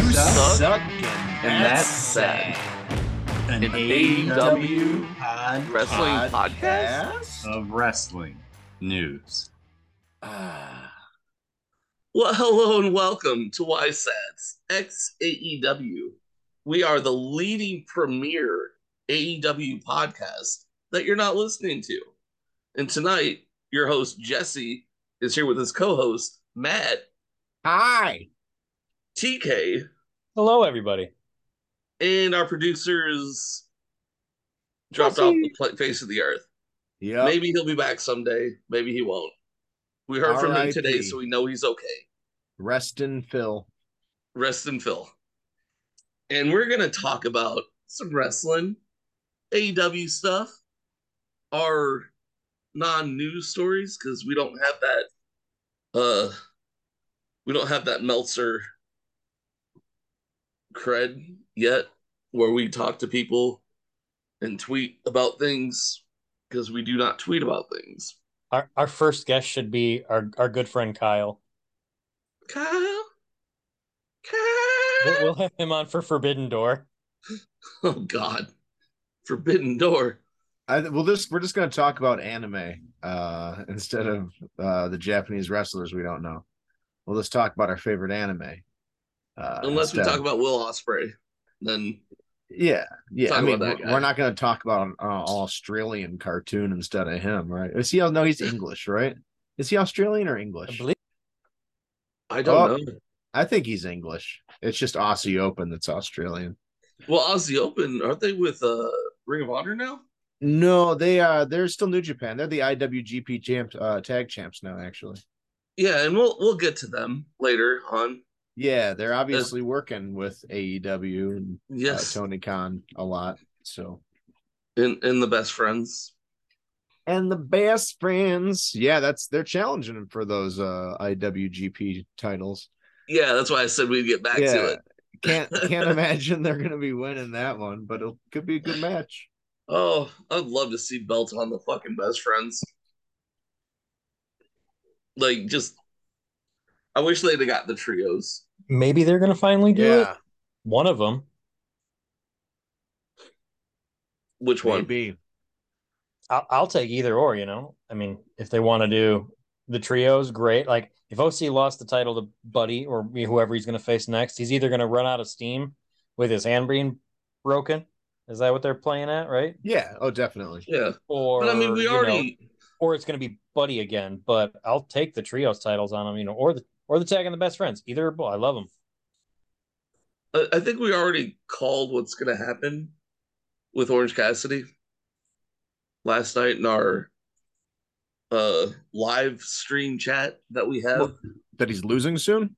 sucking. And that's sad. An An E AEW AEW pod Wrestling podcast? of wrestling news. Ah. Well, hello and welcome to YSATS X AEW. We are the leading premier AEW podcast that you're not listening to. And tonight, your host, Jesse, is here with his co host, Matt, Hi. TK, Hello, everybody. and our producers dropped off the pla- face of the earth. Yeah. Maybe he'll be back someday. Maybe he won't. We heard from him R.I.P.. today, so we know he's okay. Rest in Phil. Rest in Phil. And we're going to talk about some wrestling, AEW stuff, our non news stories, because we don't have that. Uh, we don't have that Meltzer cred yet, where we talk to people and tweet about things, because we do not tweet about things. Our our first guest should be our, our good friend Kyle. Kyle, We'll, Kyle. we'll have him on for Forbidden Door. Oh God, Forbidden Door. I, well, this we're just going to talk about anime uh, instead of uh, the Japanese wrestlers we don't know. We'll just talk about our favorite anime. Uh, Unless we instead. talk about Will Osprey, then yeah, yeah. talk I mean, about that we're, guy. we're not going to talk about an uh, Australian cartoon instead of him, right? Is he? oh, No, he's English, right? Is he Australian or I English? believe I don't Oh. know. I think he's English. It's just Aussie Open that's Australian. Well, Aussie Open aren't they with uh, Ring of Honor now? No, they uh they're still New Japan. They're the IWGP champs uh tag champs now, actually. Yeah, and we'll we'll get to them later on. Yeah, they're obviously working with AEW and uh, Yes, Tony Khan a lot. So in in the best friends. and the best friends. Yeah, that's they're challenging him for those uh IWGP titles. Yeah, that's why I said we'd get back Yeah. to it. Can't can't imagine they're gonna be winning that one, but it could be a good match. Oh, I'd love to see Belt on the fucking best friends. Like, just I wish they'd have got the trios. maybe they're gonna finally do it. One of them. Which one? maybe. I'll, I'll take either or. You know, I mean, if they want to do the trios, great. Like if OC lost the title to Buddy or whoever he's gonna face next, he's either gonna run out of steam with his hand being broken. Is that what they're playing at, right? Yeah, oh definitely. Yeah, Or but I mean, we you know, already or it's going to be Buddy again. But I'll take the trios titles on them, you know, or the or the tag and the best friends. Either or both. I love them. I I think we already called what's going to happen with Orange Cassidy last night in our uh, live stream chat that we have. Well- That he's losing soon?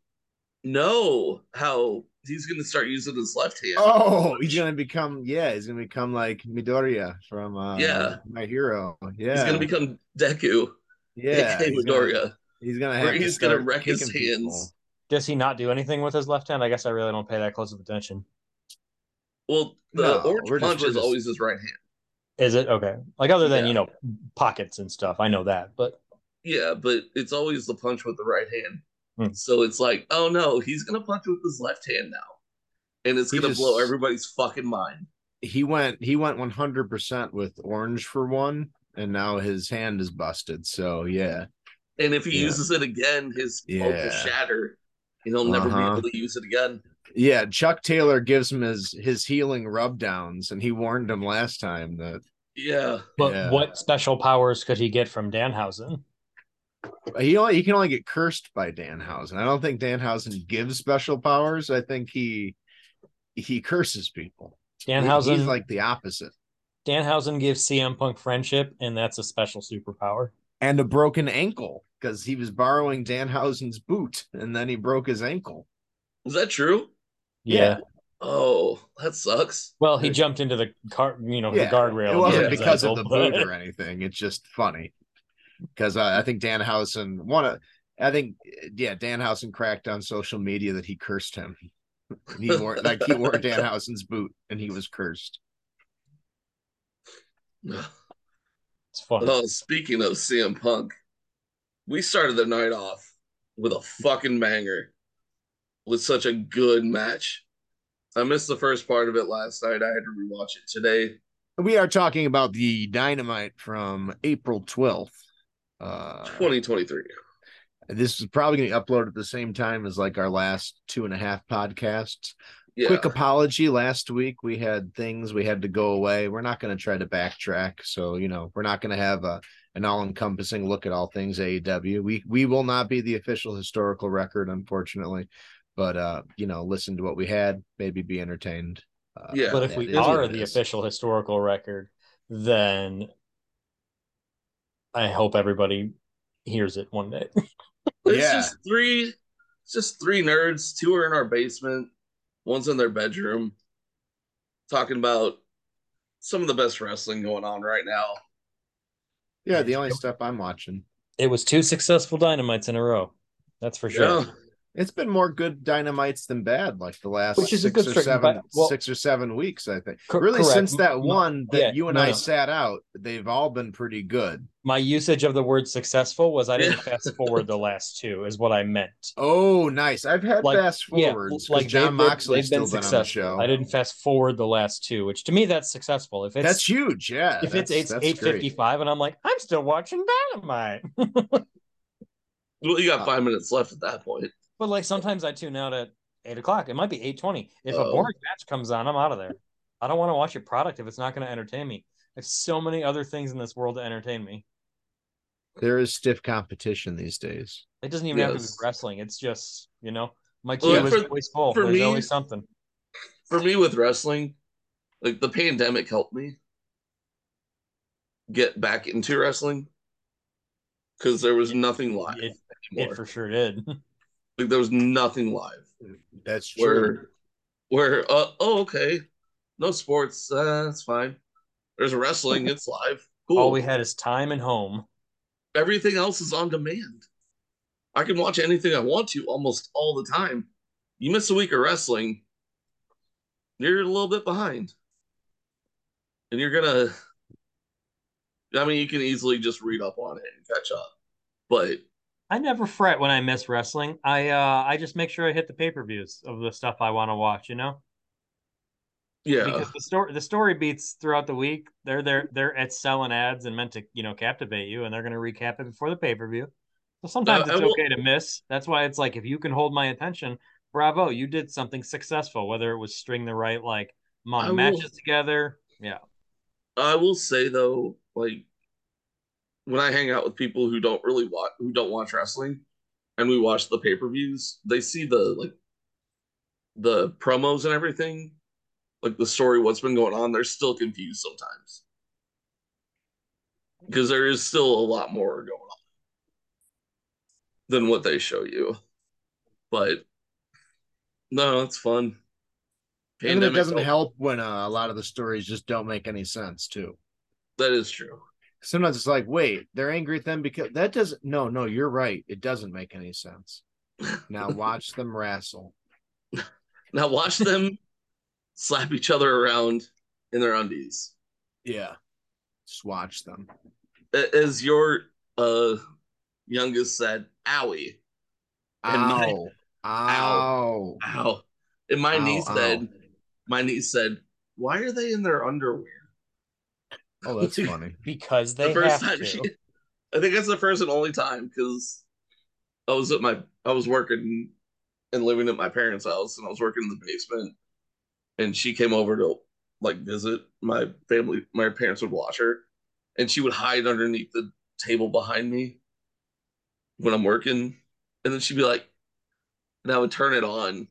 no, how he's going to start using his left hand. Oh, he's gonna become yeah, he's gonna become like Midoriya from uh, Yeah. My Hero. Yeah, He's going to become Deku, yeah, aka he's, gonna, Midoriya. he's gonna Where have to he's gonna start wreck his kicking people. hands. Does he not do anything with his left hand? I guess I really don't pay that close of attention. Well, the No, orange we're just- punch we're is just- always his right hand. Is it okay? Like other than Yeah. you know pockets and stuff. I know that, but Yeah, but it's always the punch with the right hand. Hmm. So it's like, oh no, he's going to punch with his left hand now. And it's He going to just- blow everybody's fucking mind. He went he went one hundred percent with orange for one, and now his hand is busted. So yeah, And if he Yeah. uses it again, his yeah. Yeah. will shatter, and he'll never Uh-huh. be able to use it again. yeah. Chuck Taylor gives him his his healing rub downs, and he warned him last time that Yeah, but Yeah. what special powers could he get from Danhausen? he only he can only get cursed by Danhausen. I don't think Danhausen gives special powers. I think he he curses people. He- Danhausen he's like the opposite. Danhausen gives CM Punk friendship, and that's a special superpower. and a broken ankle because he was borrowing Danhausen's boot and then he broke his ankle. is that true? Yeah. Yeah. Oh, that sucks. Well, he jumped into the car, you know, Yeah. the guardrail. It and wasn't broke his because of the ankle, boot but- or anything. It's just funny because I think Danhausen one of I think yeah Danhausen cracked on social media that he cursed him. He wore like he wore Danhausen's boot and he was cursed. It's fun. Oh, speaking of CM Punk, we started the night off with a fucking banger, with such a good match I missed the first part of it last night. I had to rewatch it today. We are talking about the dynamite from April 12th. Uh, 2023. this is probably going to be uploaded at the same time as like our last two and a half podcasts. Yeah. Quick apology last week. We had things we had to go away. We're not going to try to backtrack. So, you know, we're not going to have a, an all encompassing look at all things AEW. We, we will not be the official historical record, unfortunately. But, uh, you know, listen to what we had, maybe be entertained. Uh, Yeah. but if it we is what are it the is. official historical record, then I hope everybody hears it one day. It's Yeah. just three, it's just three nerds. Two are in our basement, one's in their bedroom, talking about some of the best wrestling going on right now. yeah, the only stuff I'm watching. It was two successful dynamites in a row. That's for sure. Yeah. It's been more good dynamites than bad, like the last Which is a six good or streak, seven, but- well- six or seven weeks. I think Cor- really correct. since that M- one that yeah, you and no, I no. sat out, they've all been pretty good. My usage of the word successful was I didn't Yeah. fast forward the last two, is what I meant. Oh, nice! I've had Like- fast yeah, forwards like like they've John been- Moxley's they've been still been on the successful. show. I didn't fast forward the last two, which to me that's successful. If it's that's huge, yeah. if it's that's- eight that's eight great. fifty five, and I'm like, I'm still watching Dynamite. Well, you got Uh, five minutes left at that point. But like sometimes I tune out at eight o'clock. It might be eight twenty. If a Oh. boring match comes on, I'm out of there. I don't want to watch a product if it's not going to entertain me. There's so many other things in this world to entertain me. There is stiff competition these days. It doesn't even have to Yes. be wrestling. It's just you know, my queue Well, is for- always full. for There's me- always something. For me, with wrestling, like the pandemic helped me get back into wrestling because there was nothing live It, it anymore. for sure did. like there was nothing live. That's true. where where uh, oh okay no sports uh, that's fine there's wrestling it's live cool All we had is time and home. everything else is on demand i can watch anything i want to almost all the time you miss a week of wrestling you're a little bit behind and you're gonna i mean you can easily just read up on it and catch up but I never fret when I miss wrestling. I uh I just make sure I hit the pay per views of the stuff I want to watch. You know. yeah because the story the story beats throughout the week they're they're they're at selling ads and meant to you know captivate you and they're going to recap it before the pay-per-view so sometimes Uh, I it's will- okay to miss that's why it's like if you can hold my attention bravo you did something successful whether it was string the right like amount I of will- matches together yeah I will say though, like when I hang out with people who don't really watch who don't watch wrestling and we watch the pay-per-views, they see the like the promos and everything, like the story, what's been going on, they're still confused sometimes. Because there is still a lot more going on than what they show you. But no, it's fun. And it Pandemic doesn't helped. help when uh, a lot of the stories just don't make any sense too. That is true. Sometimes it's like, wait, they're angry at them because that doesn't. No, no, you're right. It doesn't make any sense. Now watch them wrestle. Now watch them slap each other around in their undies. Yeah. Swatch them. A- As your uh youngest said, owie. And my- Ow. Ow. Ow. And my Ow, niece ow. said, my niece said, why are they in their underwear? Oh, that's funny. because they the first have time to. she I think that's the first and only time because I was at my I was working and living at my parents' house and I was working in the basement and she came over to like visit my family my parents would watch her and she would hide underneath the table behind me when I'm working and then she'd be like and I would turn it on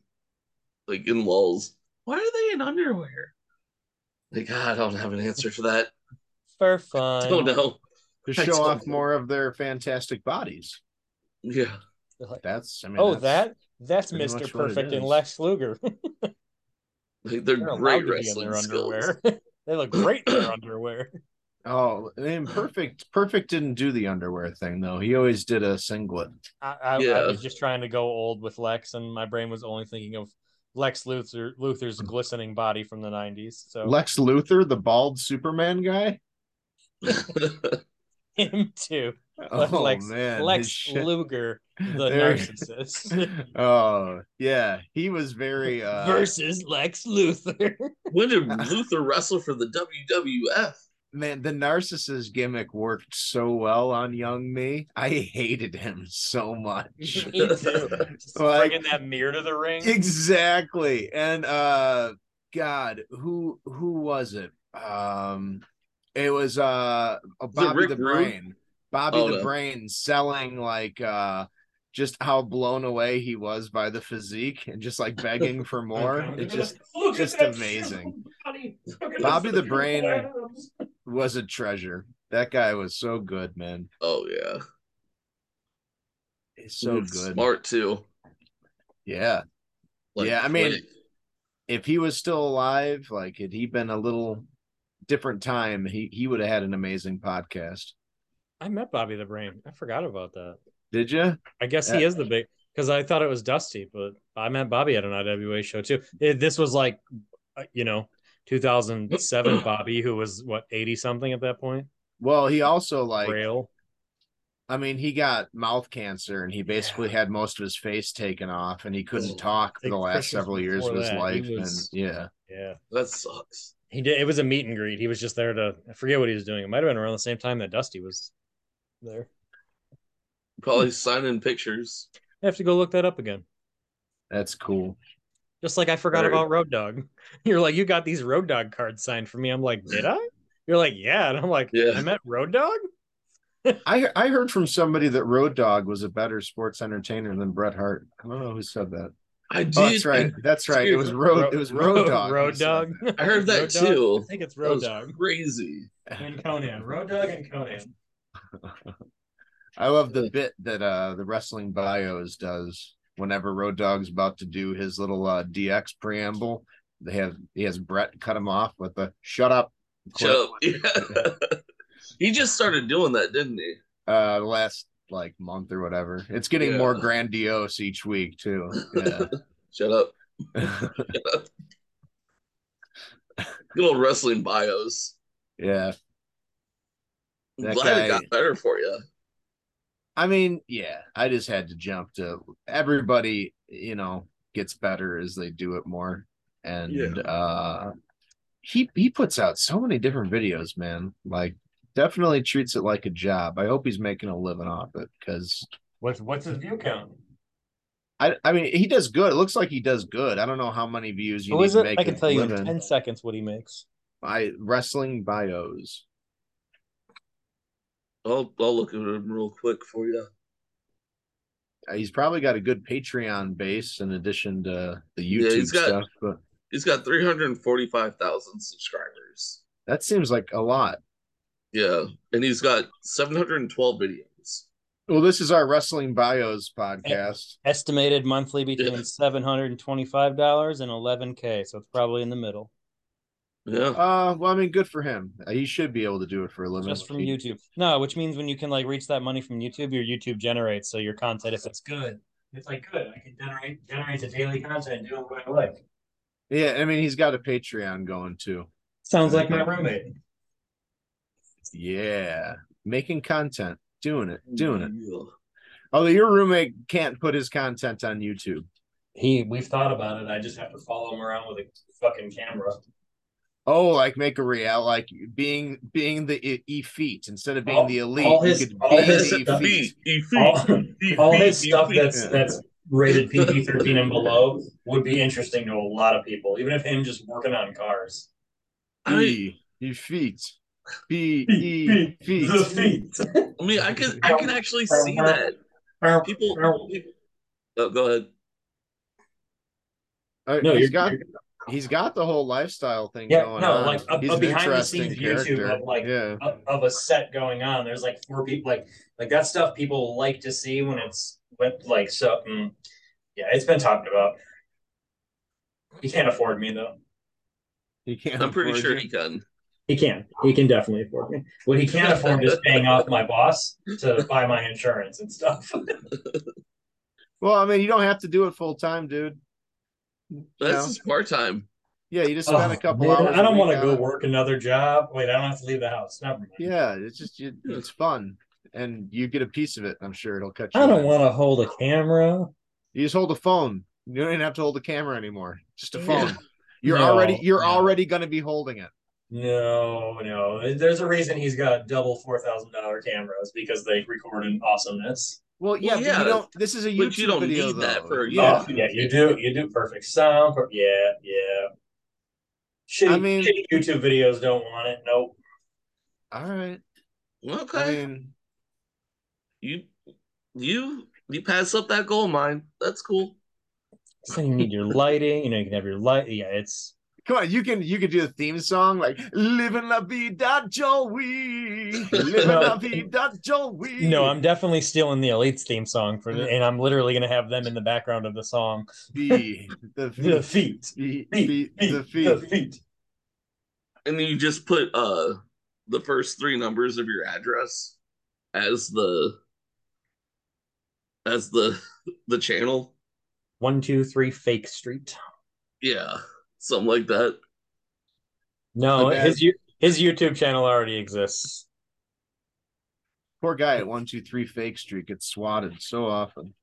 like in lulls. Why are they in underwear? Like I don't have an answer for that. for I fun don't know. Oh, To I show don't off know. more of their fantastic bodies. Yeah. That's I mean oh that's- that that's pretty mr much what it perfect and is. lex luger Like they're, they're allowed great to be in wrestling their skills. underwear they look great in their underwear oh and perfect perfect didn't do the underwear thing though. He always did a singlet. I, I, I Yeah. was just trying to go old with Lex, and my brain was only thinking of Lex Luthor, Luthor's glistening body from the '90s. So Lex Luthor, the bald Superman guy. him too. Oh Lex, man. his Lex shit- Luger the There- narcissist Oh, yeah. He was very uh versus Lex Luthor. When did Luther wrestle for the WWF? man, the narcissist gimmick worked so well on young me. I hated him so much. Me too. Just Like- bringing that mirror to the ring. exactly. And uh God, who who was it? Um it was uh Bobby Rick the Rude? Brain. Bobby Oh, the no. Brain selling like uh just how blown away he was by the physique and just like begging for more. It just just amazing. Bobby the Brain was a treasure. That guy was so good, man. Oh yeah, He's so He's good. smart too. Yeah. Yeah, I mean- quick. If he was still alive, like had he been a little different time, he he would have had an amazing podcast. I met Bobby the Brain. I forgot about that. Did you? I guess he Yeah. is the big because I thought it was Dusty, but I met Bobby at an IWA show too. It- this was like, uh, you know, 2007 Bobby, who was what 80 something at that point. Well, he also like Rail. I mean, he got mouth cancer and he basically had most of his face taken off and he couldn't Oh, talk for think the last Christmas several years of before his that, he life. was- And yeah. Yeah, that sucks. he did. It was a meet and greet. He was just there to. I forget what he was doing. It might have been around the same time that Dusty was there. Probably signing pictures. I have to go look that up again. That's cool. Just like I forgot Very- about Road Dog. You're like, you got these Road Dog cards signed for me. I'm like, did I? You're like, yeah. And I'm like, Yeah. I met Road Dog. I I heard from somebody that Road Dog was a better sports entertainer than Bret Hart. I don't know who said that. I did. Oh, that's right. That's right. It was road. It was road dog. who Road said Dog. that. I heard that Road Dog? too. I think it's That Road was Dog crazy. and Conan. Road Dog and Conan. I love the bit that uh the wrestling bios does whenever Road Dog's about to do his little uh DX preamble. They have he has Brett cut him off with the shut up. Shut up. Yeah. he just started doing that, didn't he? Uh, the last like month or whatever. It's getting Yeah. more grandiose each week too. Shut up. Yeah, Good old wrestling bios. yeah. I'm That glad guy- it got better for you. I mean, yeah, I just had to jump to everybody, you know, gets better as they do it more. And Yeah. uh he he puts out so many different videos, man. Like definitely treats it like a job. I hope he's making a living off it because What's what's his view count? I I mean he does good. It looks like he does good. I don't know how many views you Who need is to it? make I can a tell you in living. ten seconds what he makes. I wrestling bios. I'll, I'll look at him real quick for you. Uh, He's probably got a good Patreon base in addition to the Yeah, YouTube he's got- stuff, but He's got 345,000 subscribers. that seems like a lot. Yeah. And he's got 712 videos. Well, this is our wrestling bios podcast. Estimated monthly between Yeah. seven hundred and twenty-five dollars and eleven k. So it's probably in the middle, Yeah. Uh, well, I mean, good for him. Uh, He should be able to do it for a living. just from He- YouTube. No, which means when you can like reach that money from YouTube, your YouTube generates. So your content, if it's good, it's like good. I can generate generate the daily content, and do it what I like. Yeah, I mean, he's got a Patreon going too. Sounds like my roommate. Yeah, making content, doing it, doing it. Yeah. Although your roommate can't put his content on YouTube. He, we've thought about it. I just have to follow him around with a fucking camera. Oh, like make a real like being being the e- effete instead of being All- the elite. all you his- could all be his the stuff- effete. All, Defeat, all his defeat, stuff defeat. that's that's rated PG thirteen and below would be interesting to a lot of people, even if him just working on cars. I mean, E- effete. Be Feet. The effete. feet. I mean, I can I can actually see that people. Oh, go ahead. Uh, No, he's you're, got you're he's got the whole lifestyle thing Yeah, going no, on. like, a- he's a an behind-the-scenes interesting YouTube character. of, like, yeah. of, of a set going on. There's like four people, like like that stuff people like to see when it's when like so. mm, yeah, it's been talked about. He can't afford me though. He can't I'm pretty afford sure you. he can. He can. He can definitely afford me. What he can't afford is paying off my boss to buy my insurance and stuff. Well, I mean, you don't have to do it full time, dude. You That's know? his part time. Yeah, you just spend a Oh, couple man, hours. I don't want want to go work another job. Wait, I don't have to leave the house. Never mind. Yeah, it's just you, it's fun. and you get a piece of it. I'm sure it'll cut you. I don't in. want to hold a camera. You just hold a phone. You don't even have to hold the camera anymore. Just a Yeah. phone. You're No, already you're no. already going to be holding it. No, no. There's a reason he's got double four thousand dollar cameras because they recorded awesomeness. Well, yeah, but yeah, you don't. This is a YouTube but you don't video, need that though. for a yeah. Oh, yeah, you do. You do perfect sound. per- yeah, yeah. Shitty, I mean- shitty YouTube videos don't want it. Nope. All right. Okay. I mean, you you you pass up that goal mine. That's cool. So you need your lighting. You know, you can have your light. Yeah, it's come on. You can you can do the theme song like "Living La Vida Joey." Living No. La Vida Joey. no. I'm definitely stealing the Elite's theme song for, Yeah. and I'm literally gonna have them in the background of the song. the the The feet feet, the feet, feet the the feet. feet. And then you just put uh the first three numbers of your address as the as the the channel. One, two, three. Fake Street. Yeah. Something like that. No, The bad- his Yo- his YouTube channel already exists. Poor guy at one two three fake street gets swatted so often.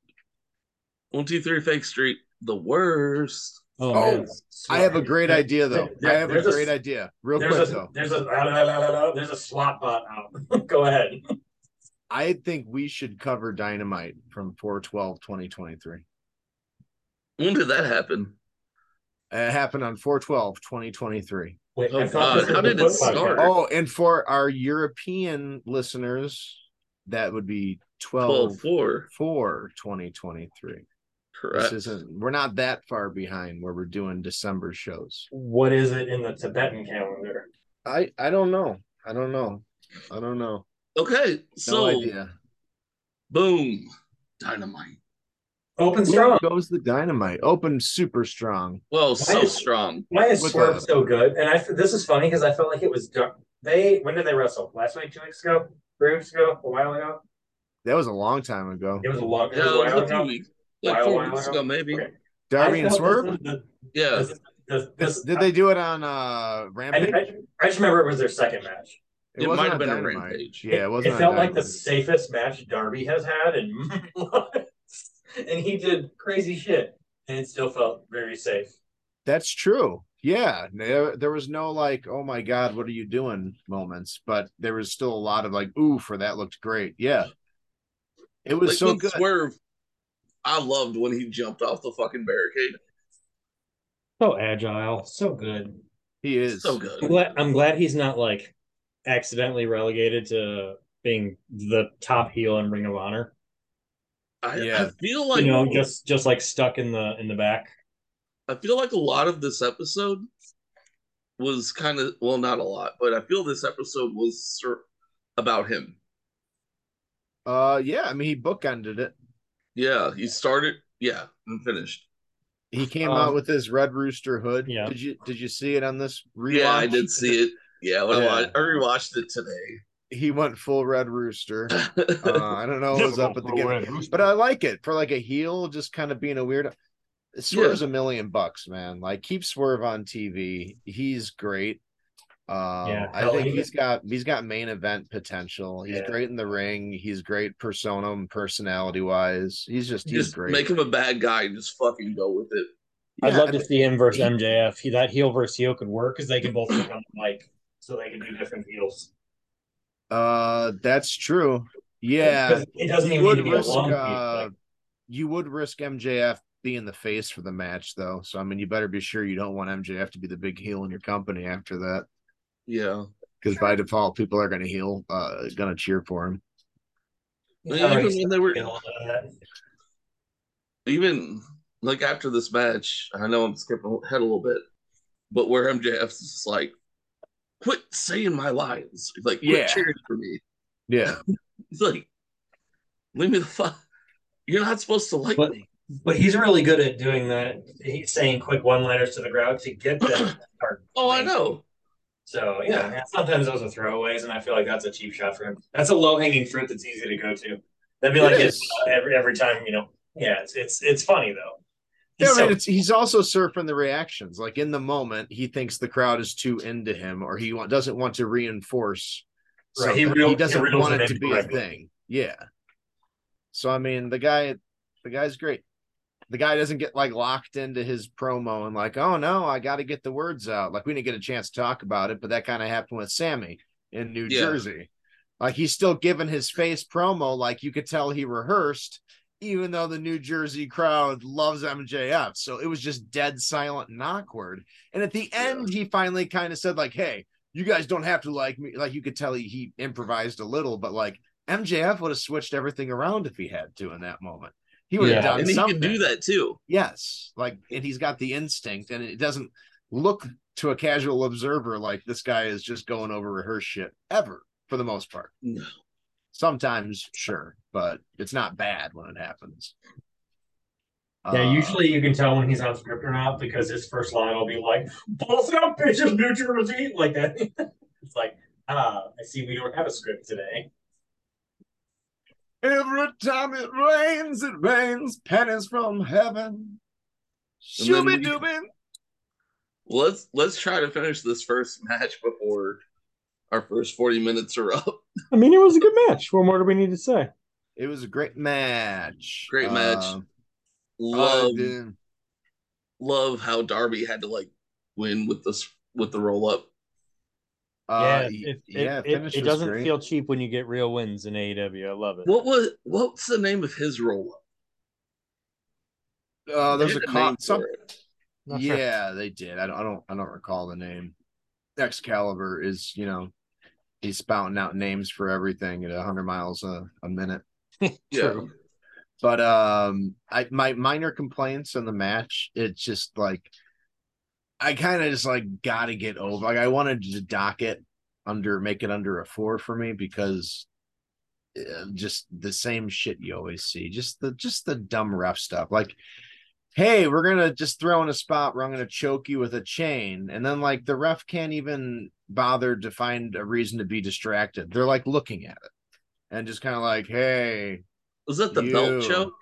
One, two, three, fake street. The worst. Oh, man. I have a great idea though. There- I have a there's a- great idea. Real There's quick a though. there's a la, la, la, la, la, there's a slot bot out. Go ahead. I think we should cover Dynamite from 412 2023. When did that happen? It happened on 412 2023. Wait, Oh, God. this was How the did it foot podcast. start? Oh, and for our European listeners, that would be 12 12 4. 4 2023. This Correct. isn't, we're not that far behind where we're doing December shows. What is it in the Tibetan calendar? I, I don't know. I don't know. I don't know. Okay. No So, idea. boom. Dynamite. Open Here strong. goes the dynamite. Open super strong. Well, so is- strong. Why is What's Swerve up? so good? And I f- this is funny because I felt like it was dark. They when did they wrestle? Last week, two weeks ago, three weeks ago, a while ago. That was a long time ago. It was a long. It was a Yeah, it was while a few ago. weeks. Like Wow, four wow, weeks wow. ago, maybe. Okay. Darby I and felt Swerve? This, was Yeah. the- this, this, this, Did they do it on uh I, Rampage? I, I just remember it was their second match. It wasn't might have on been a Dynamite. Rampage. Yeah, it It wasn't. on felt like the Dynamite. safest match Darby has had in months, and he did crazy shit, and it still felt very safe. That's true. Yeah, there, there was no like, oh my god, what are you doing moments, but there was still a lot of like, ooh, for that looked great. Yeah, it was Like, so when good. Swerve, I loved when he jumped off the fucking barricade. So agile, so good. he is. So I'm good. glad, I'm glad he's not like accidentally relegated to being the top heel in Ring of Honor. I, I Yeah. feel like you know, just just like stuck in the in the back. I feel like a lot of this episode was kind of well, not a lot, but I feel this episode was sur- about him. Uh, yeah. I mean, he bookended it. Yeah, he started, yeah, and finished. He came Um, out with his red rooster hood. yeah. Did you did you see it on this rewatch? Yeah, I did see it. Yeah, when I, Yeah. watched, I rewatched it today. He went full red rooster. Oh, Uh, I don't know what was up at the game. but uh, I like it for like a heel, just kind of being a weirdo. Swerve's a million bucks, man. Like keep Swerve on TV. He's great. Um, Yeah, I hell, think he- he's got he's got main event potential. He's Yeah. great in the ring. He's great persona and personality wise. He's just he's just great. make him a bad guy and just fucking go with it. I'd Yeah, love I to think- see him versus MJF. He, that heel versus heel could work because they can both look on the mic, so they can do different heels. uh, that's true. Yeah, 'Cause it doesn't you even need would to be a risk long heel. uh, Like, you would risk MJF being the face for the match though. So I mean, you better be sure you don't want MJF to be the big heel in your company after that. Yeah. because by default people are going to heal uh going to cheer for him he's Yeah, already even when they were- getting a lot of that. even like after this match, I know I'm skipping ahead a little bit, but where MJF's just like, quit saying my lines. Like, quit Yeah. cheering for me. yeah He's like, leave me the fuck. You're not supposed to like But- me. But he's really good at doing that. He's saying quick one-liners to the crowd to get them. Oh, I know. So yeah, man, sometimes those are throwaways, and I feel like that's a cheap shot for him. That's a low-hanging fruit that's easy to go to. That'd be It like is. his, uh, every every time, you know. Yeah, it's it's it's funny though. yeah, He's I mean, so- it's, he's also surfing the reactions. Like in the moment, he thinks the crowd is too into him, or he wa- doesn't want to reinforce. Right, he something. reel- he he doesn't reels want it it in to be a quick. thing. Yeah. So I mean, the guy, the guy's great. The guy doesn't get like locked into his promo and like, oh no, I got to get the words out. Like we didn't get a chance to talk about it, but that kind of happened with Sammy in New Yeah. Jersey. Like he's still giving his face promo, like you could tell he rehearsed, even though the New Jersey crowd loves MJF. So it was just dead silent and awkward. And at the Yeah. end, he finally kind of said, like, hey, you guys don't have to like me. Like you could tell he, he improvised a little, but like MJF would have switched everything around if he had to in that moment. He would Yeah. have done and he something. can do that too. Yes. Like, and he's got the instinct, and it doesn't look to a casual observer like this guy is just going over rehearsed shit ever for the most part. No. Sometimes, sure, but it's not bad when it happens. Yeah, Uh, usually you can tell when he's on script or not because his first line will be like, "Balls out, bitches, New Jersey," like that. it's like, ah, I see we don't have a script today. Uh, Every time it rains, it rains pennies from heaven. And then we- Shooby dooby. Let's let's try to finish this first match before our first 40 minutes are up. I mean, it was a good match. What more do we need to say? It was a great match. Great match. Um, Love I did- love how Darby had to like win with this with the roll up. uh, yeah, y- it, yeah, it, finish it, it was doesn't great. feel cheap when you get real wins in AEW. I love it. What was what's the name of his roll up? Uh, there's a name cop. for Some, it. Not sure. yeah, they did. I don't, I don't, I don't recall the name. Excalibur is, you know, he's spouting out names for everything at 100 miles a, a minute. Yeah. True. But um, I my minor complaints in the match. It's just like I kind of just like got to get over. Like I wanted to dock it under, make it under a four for me because uh, just the same shit you always see. Just the just the dumb ref stuff. Like, hey, we're gonna just throw in a spot where I'm gonna choke you with a chain, and then like the ref can't even bother to find a reason to be distracted. They're like looking at it and just kind of like, hey, Was that the belt You. choke?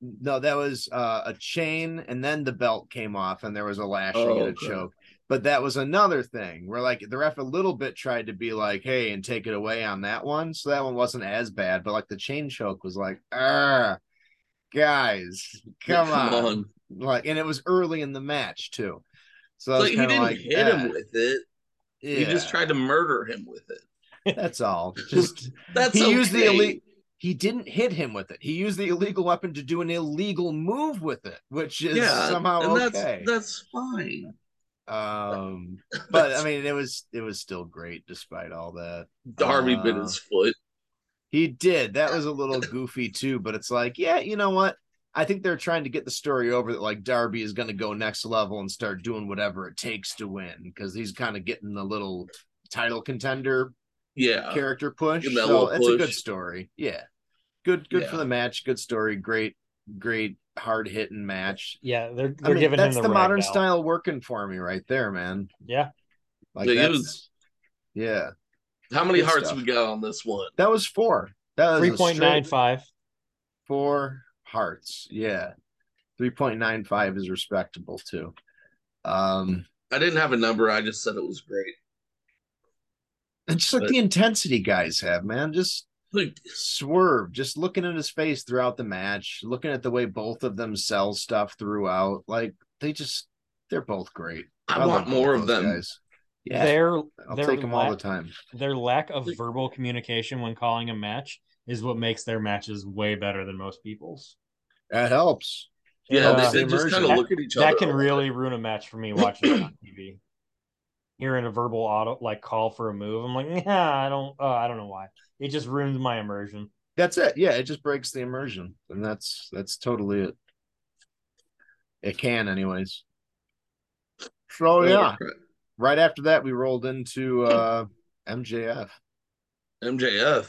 no, that was uh, a chain, and then the belt came off, and there was a lashing Oh, and a okay. choke. But that was another thing where, like, the ref a little bit tried to be like, "Hey," and take it away on that one. So that one wasn't as bad. But like the chain choke was like, "Ah, guys, come, on. Like, and it was early in the match too. So I It's was Like you kinda didn't like, "Ah, hit him with it. yeah, You just tried to murder him with it. That's all. Just That's he used the okay. elite. He didn't hit him with it. He used the illegal weapon to do an illegal move with it, which is Yeah, somehow and that's okay. that's fine. um, but I That's- mean, it was it was still great despite all that. Darby bit uh, his foot. He did. That was a little goofy too, but it's like, yeah, you know what? I think they're trying to get the story over that like Darby is going to go next level and start doing whatever it takes to win because he's kind of getting the little title contender Yeah. character push. Give him that So little it's a good push. story. Yeah. Good good for Yeah. the match. Good story. Great, great hard hitting match. Yeah, they're I they're mean, giving him that's the, the, modern ragdoll. style working for me right there, man. Yeah, Like Yeah, it that's, was- yeah. How many Good hearts stuff. we got on this one? That was four. That was a three point nine straight five. four hearts. Yeah. 3.95 is respectable too. Um I didn't have a number. I just said it was great. and just like But- the intensity guys have, man. Just Like, swerve just looking at his face throughout the match looking at the way both of them sell stuff throughout like they just they're both great I, love want both more of those them. guys. yeah Their i'll their take them all la- the time their lack of Like- verbal communication when calling a match is what makes their matches way better than most people's. that helps Yeah, Yeah. they, they just Immersion. kind of look at each other. That can really ruin a match for me watching it on TV. Hearing a verbal auto like call for a move, I'm like, yeah, I don't, uh, I don't know why. It just ruins my immersion. that's it yeah it just breaks the immersion and that's that's totally it it can anyways so Oh, yeah right after that we rolled into uh mjf MJF.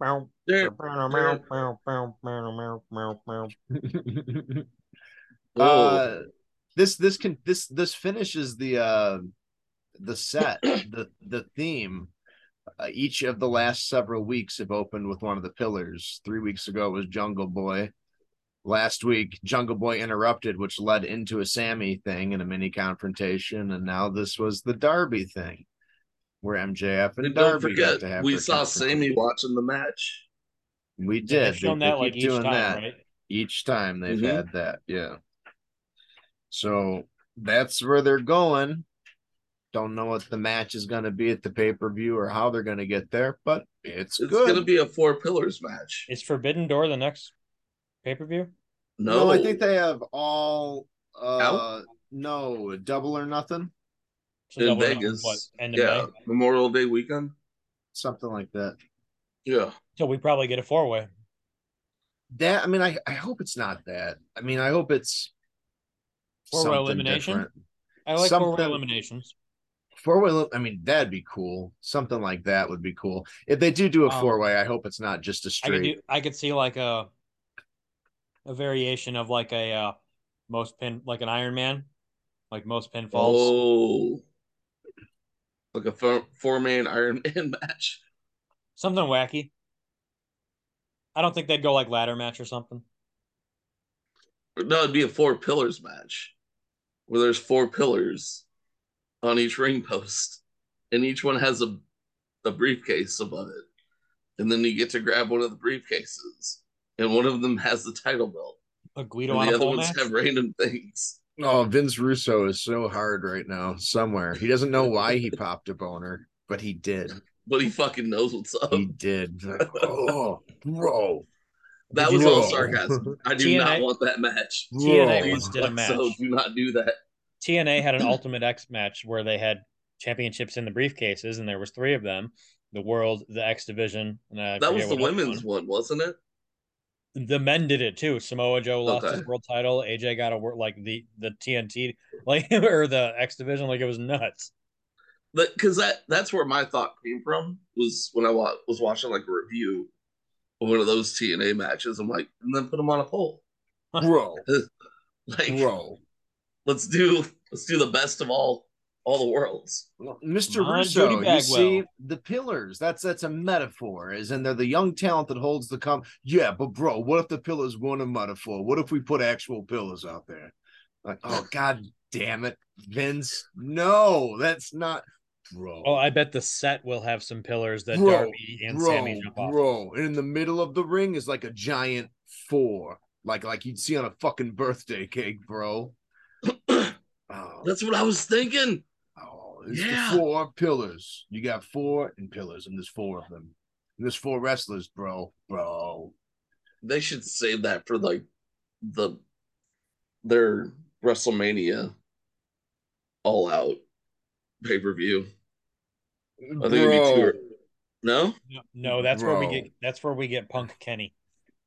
Meow, They're, meow, meow, meow, meow, meow, meow, meow, meow, meow. oh, Uh, this this can this this finishes the uh the set the the theme uh, each of the last several weeks have opened with one of the pillars three weeks ago it was jungle boy last week jungle boy interrupted which led into a sammy thing and a mini confrontation and now this was the darby thing where mjf and, and don't darby got forget, to have we their saw confrontation. Sammy watching the match. We did. They've shown They- they that like keep each time, right? each time they've Mhm. Mm-hmm. had that. Yeah. So that's where they're going. Don't know what the match is going to be at the pay per view or how they're going to get there, but it's, It's good. gonna be a four pillars match. Is Forbidden Door the next pay per view? no, I think they have all. Uh, Out? No, double or nothing, In Vegas. end of yeah, May. Memorial Day weekend. something like that. Yeah, So we probably get a four way. That I mean, I I hope it's not that. I mean, I hope it's Four-way something elimination? different. I like four way Something- eliminations. Four way, I mean, that'd be cool. Something like that would be cool. If they do do a Um, four way, I hope it's not just a I could straight. do. I could see like a a variation of like a uh, most pin like an Iron Man, like most pinfalls. oh, like a four, four man Iron Man match. Something wacky. I don't think they'd go like ladder match or something. No, it'd be a four pillars match where there's four pillars on each ring post, and each one has a a briefcase above it, and then you get to grab one of the briefcases, and one of them has the title belt, A Guido and on the a other pole ones match. have random things. Oh, Vince Russo is so hard right now. Somewhere he doesn't know why he popped a boner, but he did. But he fucking knows what's up. Hmm. He did. Like, oh, bro, that Did was you all know- Oh sarcasm. I do TNA not want that match. bro. TNA once did a match. So do not do that. TNA had an Ultimate X match where they had championships in the briefcases, and there was three of them: the World, the X Division, and I that was forget the what other women's one. one, wasn't it? The men did it too. Samoa Joe lost Okay. his world title. AJ got a wor- like the the TNT like or the X Division like it was nuts. because that that's where my thought came from was when I wa- was watching like a review of one of those TNA matches. I'm like, and then put them on a pole. bro, Like, bro. let's do let's do the best of all all the worlds. Well, Mr. Come on, Judy Russo, you Bagwell. see the pillars. That's that's a metaphor, is and they're the young talent that holds the com. Yeah, but bro, what if the pillars weren't a metaphor? What if we put actual pillars out there? Like, oh god damn it, Vince. No, that's not bro. Oh, I bet the set will have some pillars that Bro, Darby and Sammy jump off. bro. And in the middle of the ring is like a giant four, like like you'd see on a fucking birthday cake, bro. Oh, That's what I was thinking. Oh, it's Yeah. the four pillars. You got four and pillars, and there's four of them. And there's four wrestlers, bro, bro. They should save that for like the their WrestleMania all out pay per view. I think it'd be Bro. too- No, No, no, that's where we Bro. get that's where we get Punk Kenny.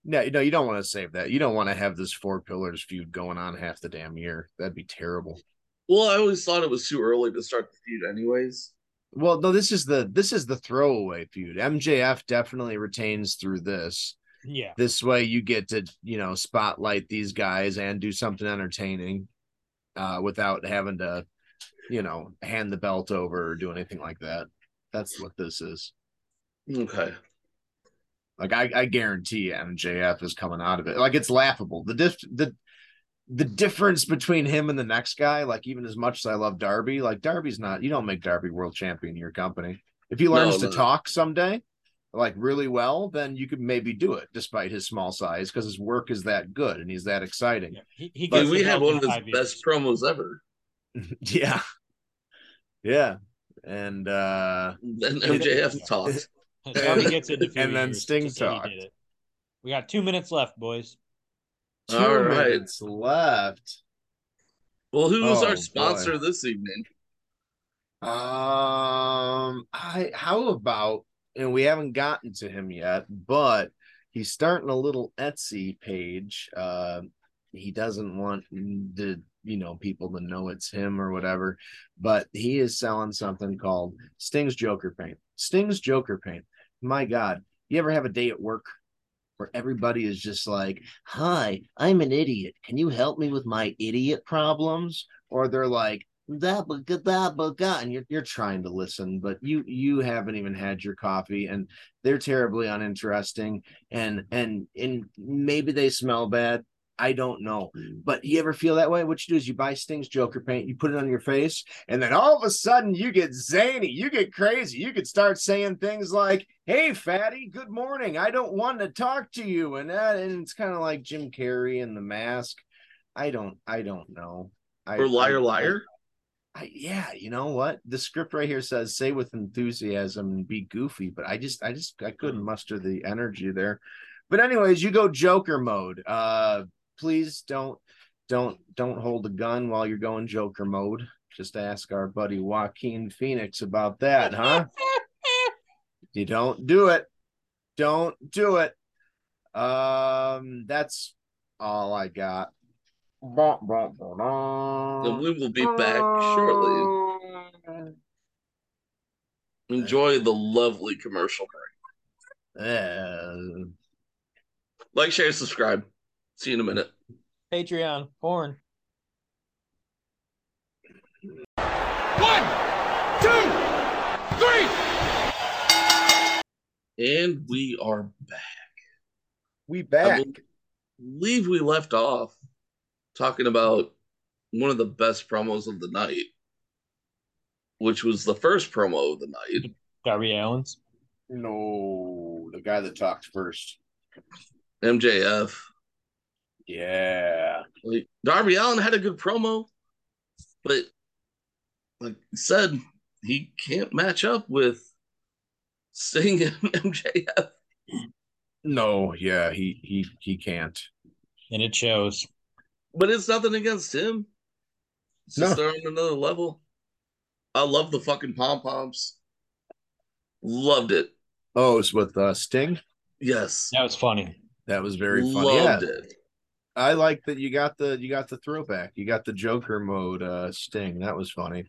No, no, you don't want to save that. You don't want to have this four pillars feud going on half the damn year. That'd be terrible. well, I always thought it was too early to start the feud, anyways. Well, no, this is the this is the throwaway feud. MJF definitely retains through this. Yeah, This way, you get to you know spotlight these guys and do something entertaining, uh, without having to, you know, hand the belt over or do anything like that. That's what this is. Okay. Like I, I guarantee you MJF is coming out of it. Like it's laughable. The diff the the difference between him and the next guy, like even as much as I love Darby, like Darby's not you don't make Darby world champion in your company. If he learns No, to no. talk someday, like really well, then you could maybe do it despite his small size because his work is that good and he's that exciting. Yeah, he, he But gets we the had belt one in of his five years. best promos ever. Yeah. Yeah. And uh Then Yeah. MJF Yeah. talked. Darby gets it in a few And then years Sting to say he did talked. it. We got two minutes left, boys. two All right. minutes left. Well, who was Oh, our boy. sponsor this evening? Um, I how about and we haven't gotten to him yet, but he's starting a little Etsy page. Uh, he doesn't want the you know people to know it's him or whatever, but he is selling something called Sting's Joker Paint. Sting's Joker Paint. My God, you ever have a day at work where everybody is just like, "Hi, I'm an idiot. Can you help me with my idiot problems?" Or they're like, "Da ba ga da ba ga," uh, and you're you're trying to listen, but you you haven't even had your coffee, and they're terribly uninteresting, and and and maybe they smell bad, I don't know. Mm. But you ever feel that way? What you do is you buy Sting's Joker paint, you put it on your face, and then all of a sudden you get zany, you get crazy, you could start saying things like, "Hey, fatty, good morning. I don't want to talk to you," and that, and it's kind of like Jim Carrey and The Mask. I don't, I don't know. I, or I- liar, liar. I, yeah, you know what? The script right here says say with enthusiasm and be goofy, but I just I just I couldn't muster the energy there. But anyways, you go Joker mode. Uh please don't don't don't hold a gun while you're going Joker mode. Just ask our buddy Joaquin Phoenix about that, huh? you don't do it. Don't do it. Um that's all I got. Bah, bah, bah, bah. And we will be back shortly. Enjoy the lovely commercial break. Uh, Like, share, subscribe. See you in a minute. Patreon porn. And we are back. we back. bel- believe we left off talking about one of the best promos of the night, which was the first promo of the night. Darby Allen's. No, the guy that talked first. MJF. Yeah. Like Darby Allen had a good promo, but like you said, he can't match up with Sting and MJF. No, yeah, he he he can't. And it shows. But it's nothing against him. It's just they're on another level. I love the fucking pom poms. Loved it. Oh, it's with uh, Sting. Yes. That was funny. That was very funny. Loved yeah, it. I like that you got the you got the throwback. You got the Joker mode uh, Sting. That was funny.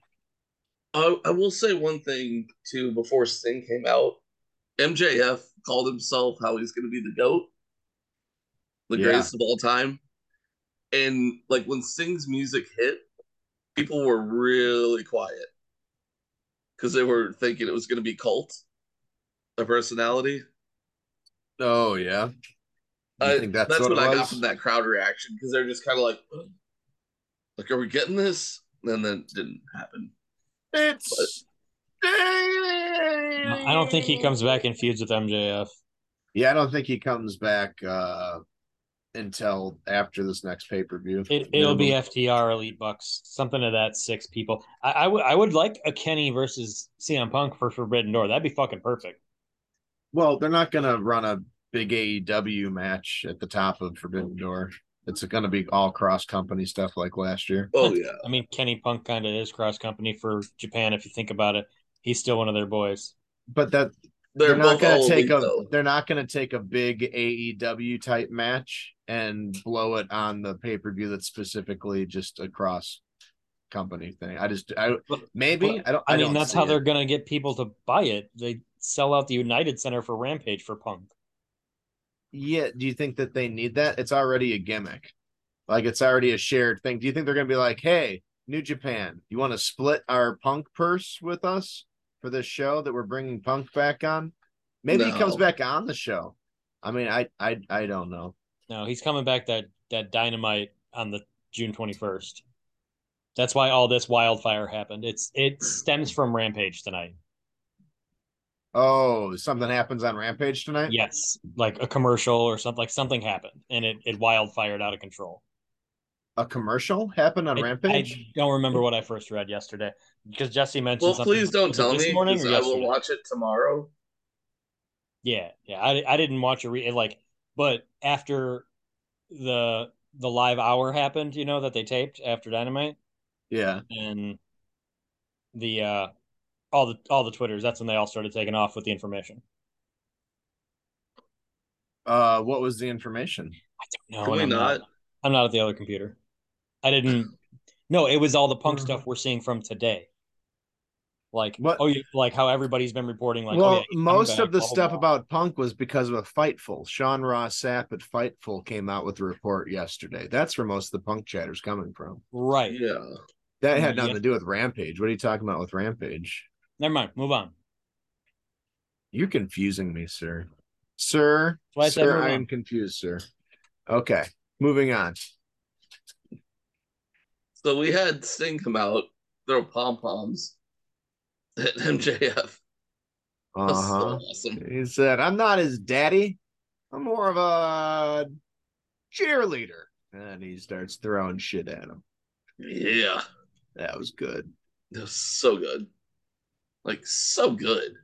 I, I will say one thing too before Sting came out. MJF called himself how he's going to be the GOAT, the Yeah. greatest of all time. And like when Sting's music hit, people were really quiet because they were thinking it was going to be cult, a personality. Oh yeah. You I- think that's that's, what, what, it I got was? from that crowd reaction because they're just kind of like, "Huh? like, are we getting this? And then it didn't happen. It's Sting. I don't think he comes back and feuds with MJF. Yeah, I don't think he comes back uh until after this next pay per view. It, it'll be FTR Elite Bucks, something of that six people. I I would I would like a Kenny versus CM Punk for Forbidden Door. That'd be fucking perfect. Well, they're not going to run a big AEW match at the top of Forbidden Door. It's going to be all cross company stuff like last year. Oh, yeah. I mean, Kenny Punk kind of is cross company for Japan if you think about it. He's still one of their boys. But that They're, they're, not both going all to take elite, a though. they're not going to take a big AEW type match and blow it on the pay per view that's specifically just a cross company thing. I just I But- maybe but, I don't. I, don't mean, that's see how it. they're gonna get people to buy it. They sell out the United Center for Rampage for Punk. Yeah, do you think that they need that? It's already a gimmick. Like it's already a shared thing. Do you think they're going to be like, "Hey, New Japan, you want to split our Punk purse with us for this show that we're bringing Punk back on?" Maybe he comes No. back on the show. I mean, I I I don't know. No, he's coming back that that dynamite on the June twenty first. That's why all this wildfire happened. It's it stems from Rampage tonight. Oh, something happens on Rampage tonight? Yes, like a commercial or something. Like something happened, and it it wildfired out of control. A commercial happened on I- Rampage? I don't remember what I first read yesterday because Jesse mentioned. Well, something- please don't was it tell this me morning because or I will yesterday? watch it tomorrow. Yeah, yeah. I I didn't watch a re it, like, but after the the live hour happened, you know that they taped after Dynamite yeah. and the uh all the all the twitters. That's when they all started taking off with the information. Uh what was the information? No, Can we I'm not? I'm not at the other computer. I didn't. No, it was all the Mm. punk stuff we're seeing from today. Like What- oh, you, like how everybody's been reporting. Like oh, well, yeah, he's coming most back, of the blah, blah, stuff blah. about Punk was because of a Fightful. Sean Ross Sapp at Fightful came out with a report yesterday. That's where most of the Punk chatter's coming from. right. Yeah. That had Mm, Yeah. nothing to do with Rampage. What are you talking about with Rampage? Never mind. Move on. You're confusing me, sir. Sir, why I said sir, move I on. am confused, sir. Okay. Moving on. So we had Sting come out, throw pom poms at MJF. That Uh was so huh. awesome. He said, I'm not his daddy. I'm more of a cheerleader. And he starts throwing shit at him. Yeah, That was good. that was so good. Like so good.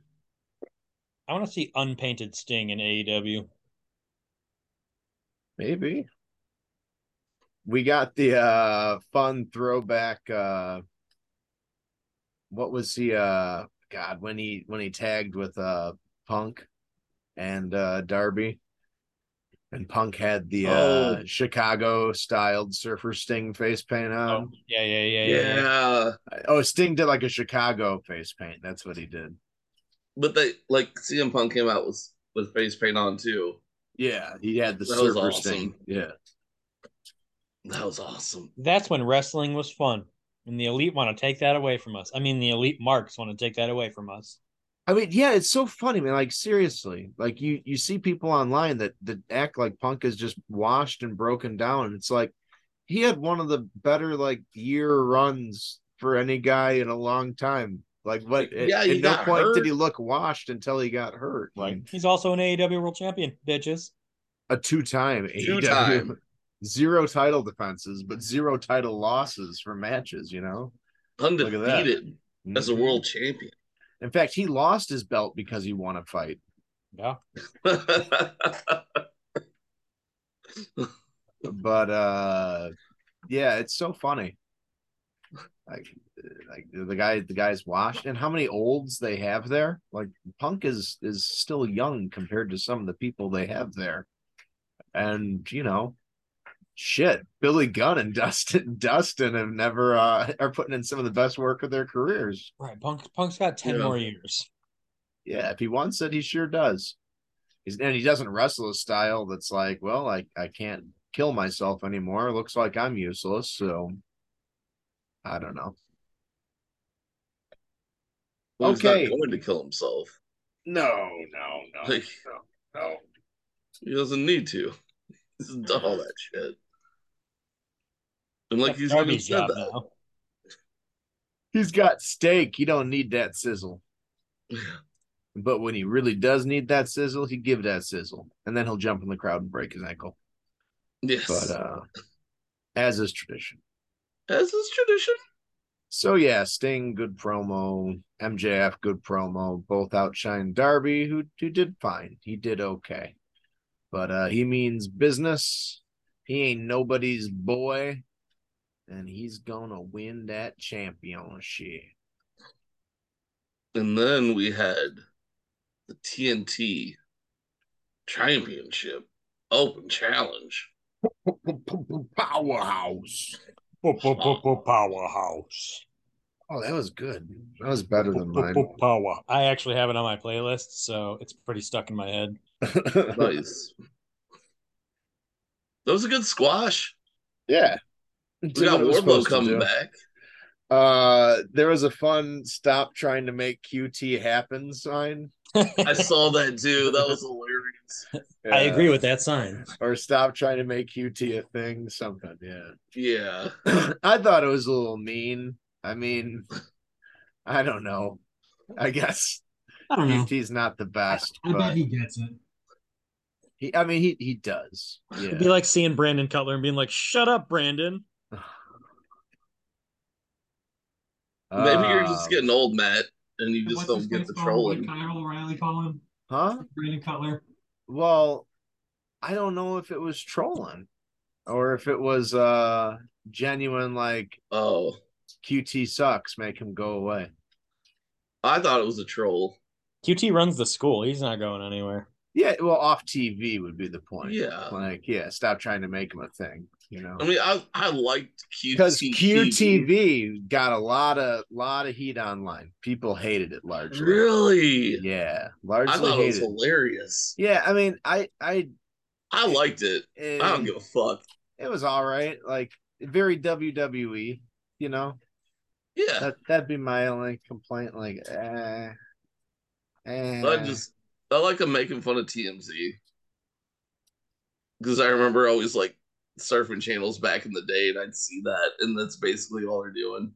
I want to see unpainted Sting in E AEW. Maybe. We got the uh fun throwback uh what was he uh god when he when he tagged with uh Punk and uh Darby and Punk had the uh Oh. Chicago styled surfer sting face paint oh, on. yeah, yeah, yeah, yeah. yeah. Yeah, Oh, Sting did like a Chicago face paint. That's what he did. but they like CM Punk came out with with face paint on too. Yeah, he had the That was surfer awesome. Sting. Yeah, That was awesome. That's when wrestling was fun. And the elite want to take that away from us. I mean, the elite marks want to take that away from us. I mean, yeah, it's so funny, man. Like seriously, like you you see people online that that act like Punk is just washed and broken down. and It's like he had one of the better like year runs for any guy in a long time. Like what? At, Yeah, yeah, he at no got point hurt. Mm. did he look washed until he got hurt. Like Mm. He's also an AEW world champion, bitches. a two time AEW. Two-time. Zero title defenses, but zero title losses for matches. You know, at that. Undefeated as a Mhm. world champion. In fact, he lost his belt because he won a fight. Yeah. But uh yeah, it's so funny. Like like the guy the guy's washed and how many olds they have there. Like Punk is is still young compared to some of the people they have there. And you know, shit, Billy Gunn and Dustin Dustin have never uh are putting in some of the best work of their careers. Right. Punk, Punk's got 10 Yeah. more years. Yeah, if he wants it, he sure does. He's and he doesn't wrestle a style that's like, well, I I can't kill myself anymore. Looks like I'm useless, so I don't know. Well, he's not Okay. Uh, going to kill himself. No, no, Like no. he doesn't need to. He's done all that shit. And like That's he's even Darby's said job that. now. He's got steak. He don't need that sizzle. But when he really does need that sizzle, he give that sizzle, and then he'll jump in the crowd and break his ankle. Yes. But uh, as is tradition. as is tradition. So yeah, Sting good promo, MJF good promo, both outshine Darby, who who did fine. He did okay. But uh he means business. He ain't nobody's boy. And he's gonna win that championship. And then we had the TNT Championship Open Challenge. Powerhouse. Powerhouse. Oh, that was good. That was better than mine. Power. I actually have it on my playlist, so it's pretty stuck in my head. Nice. that was a good squash. yeah. We got Wardlow coming back. Uh there was a fun stop trying to make QT happen sign. I saw that too. That was hilarious. I Yeah. agree with that sign. or stop trying to make QT a thing, something. Yeah. Yeah. I thought it was a little mean. I mean, I don't know. I guess I don't know. QT's not the best, I bet but he gets it. he, I mean, he, he does. It'd be Yeah. like seeing Brandon Cutler and being like, shut up, Brandon. Maybe you're just Um, getting old, Matt, and you And just what's his don't get face the called? trolling. What did Kyle O'Reilly call him? huh? Brandon Cutler. Well, I don't know if it was trolling or if it was uh genuine, like Oh, QT sucks, make him go away. I thought it was a troll. QT runs the school. He's not going anywhere. Yeah. Well, off TV would be the point. Yeah. Like, yeah, stop trying to make him a thing, you know? I mean, I I liked QT because QTV got a lot of lot of heat online. People hated it largely. Really? Yeah, I largely thought it was hated. hilarious. yeah, I mean, I I I liked it. it, I don't give a fuck. it was all right. Like very WWE, you know. Yeah. That that'd be my only complaint. Like, eh, eh. I just I like him making fun of TMZ. Because I remember always like surfing channels back in the day, and I'd see that, and that's basically all they're doing.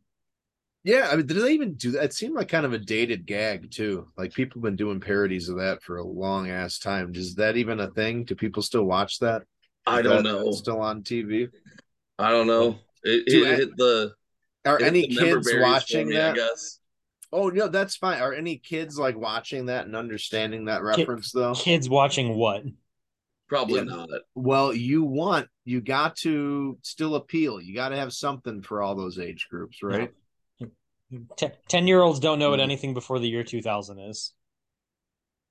Yeah, I mean, did they even do that? It seemed like kind of a dated gag too. Like people have been doing parodies of that for a long ass time. Is that even a thing? Do people still watch that? Is I don't that know. Still on TV? I don't know. It, Do it I- hit the Are it hit any the member kids berries for watching me, I that? guess Oh no, that's fine. Are any kids like watching that and understanding that reference though? Kids watching what? probably Yeah. not. Well, you want you got to still appeal. You got to have something for all those age groups, right? Ten year olds don't know what Mhm. anything before the year two thousand is.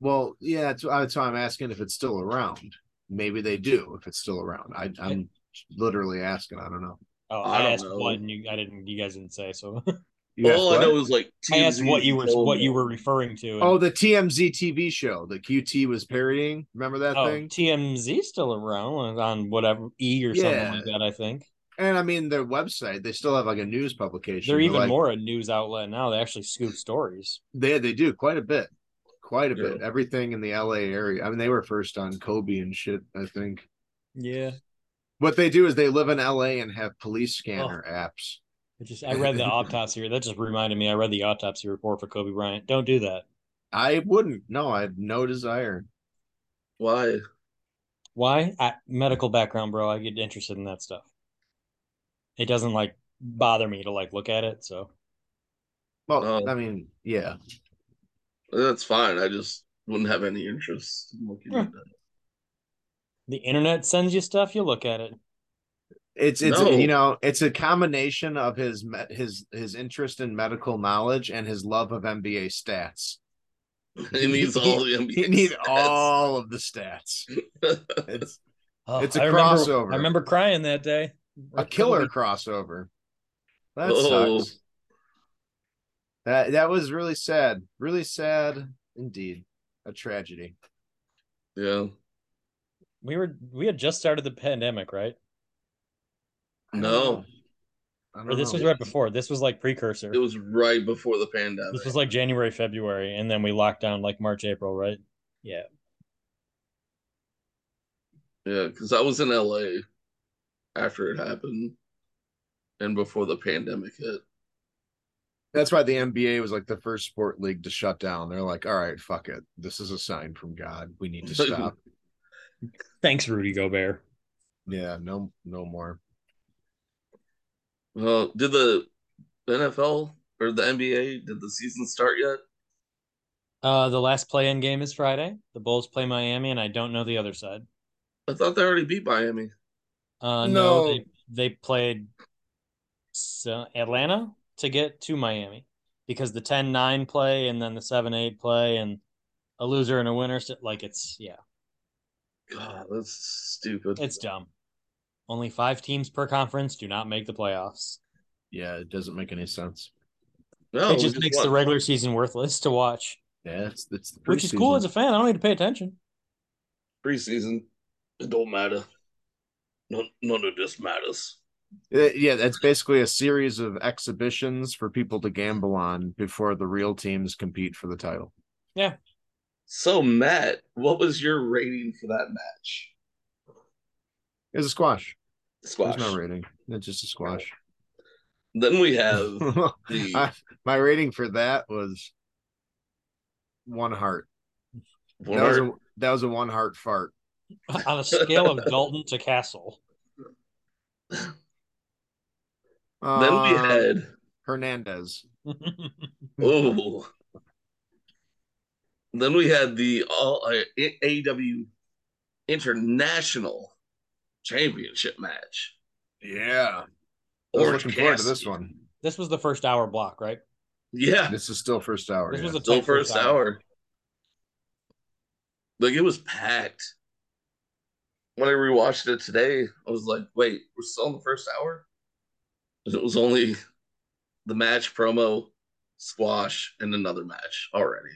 Well, yeah, that's, that's why I'm asking if it's still around. Maybe they do if it's still around. I, I'm literally asking. I don't know. Oh, I I, don't asked know. what, and you, I didn't. You guys didn't say so. You all asked I what? know is like I asked TMZ what you were told what you me. were referring to. and- Oh, the TMZ TV show that QT was parodying. Remember that oh, thing? TMZ still around on whatever E or something Yeah. like that. I think And I mean, their website, they still have like a news publication. they're even like- more a news outlet now. They actually scoop stories. They, they do quite a bit. Quite a Yeah. bit. Everything in the LA area. I mean, they were first on Kobe and shit, I think. Yeah, What they do is they live in LA and have Oh. police scanner apps. I just I read the autopsy. That just reminded me. I read the autopsy report for Kobe Bryant. Don't do that. I wouldn't. No, I have no desire. Why? Why? I, medical background, bro. I get interested in that stuff. It doesn't like bother me to like look at it. So Well, Oh. I mean, yeah. That's fine. I just wouldn't have any interest in looking at that. the internet sends you stuff. You look at it. It's it's No. you know, it's a combination of his me- his his interest in medical knowledge and his love of NBA stats. He needs all the NBA. He need stats. all of the stats. It's Oh, It's a I remember- crossover. I remember crying that day. a killer crossover. That Oh. sucks. That that was really sad. Really sad indeed. A tragedy. Yeah. We were we had just started the pandemic, right? I No. don't know. I don't Or this know. was right before. This was like precursor. It was right before the pandemic. This was like January, February, and then we locked down like March, April, right? Yeah. Yeah, because I was in LA after it happened and before the pandemic hit. That's why the NBA was like the first sport league to shut down. They're like, all right, fuck it. This is a sign from God. We need to stop. Thanks, Rudy Gobert. yeah, no, no more. Well, did the NFL or the NBA, did the season start yet? Uh, the last play-in game is Friday. The Bulls play Miami, and I don't know the other side. I thought they already beat Miami. Uh, no, No. they, they played s- uh, Atlanta to get to Miami because the 10-9 play and then the 7-8 play and a loser and a winner. so- Like it's yeah, God, that's stupid. it's dumb. Only five teams per conference do not make the playoffs. Yeah, it doesn't make any sense. no, it just we makes won. the regular season worthless to watch, Yeah, it's it's the which is cool preseason. as a fan. I don't need to pay attention. preseason. It don't matter. None, none of this matters. Uh, Yeah, that's basically a series of exhibitions for people to gamble on before the real teams compete for the title. So, Matt, what was your rating for that match? It was a squash. Squash. There's no rating. It's just a squash. Then we have the I- My rating for that was one heart. That was a, that was a one heart fart. On a scale of Dalton to Castle, then we Uh, had Hernandez. oh. Then we had the all uh, A- AEW international championship match. Yeah, I was Orange looking forward to Cassidy. this one. this was the first hour block, right? Yeah, This is still first hour. This Oh, was yeah. the still tight first hour. Like it was packed. When I rewatched it today, I was like, "Wait, we're still in the first hour?" 'Cause It was only the match promo, squash, and another match already.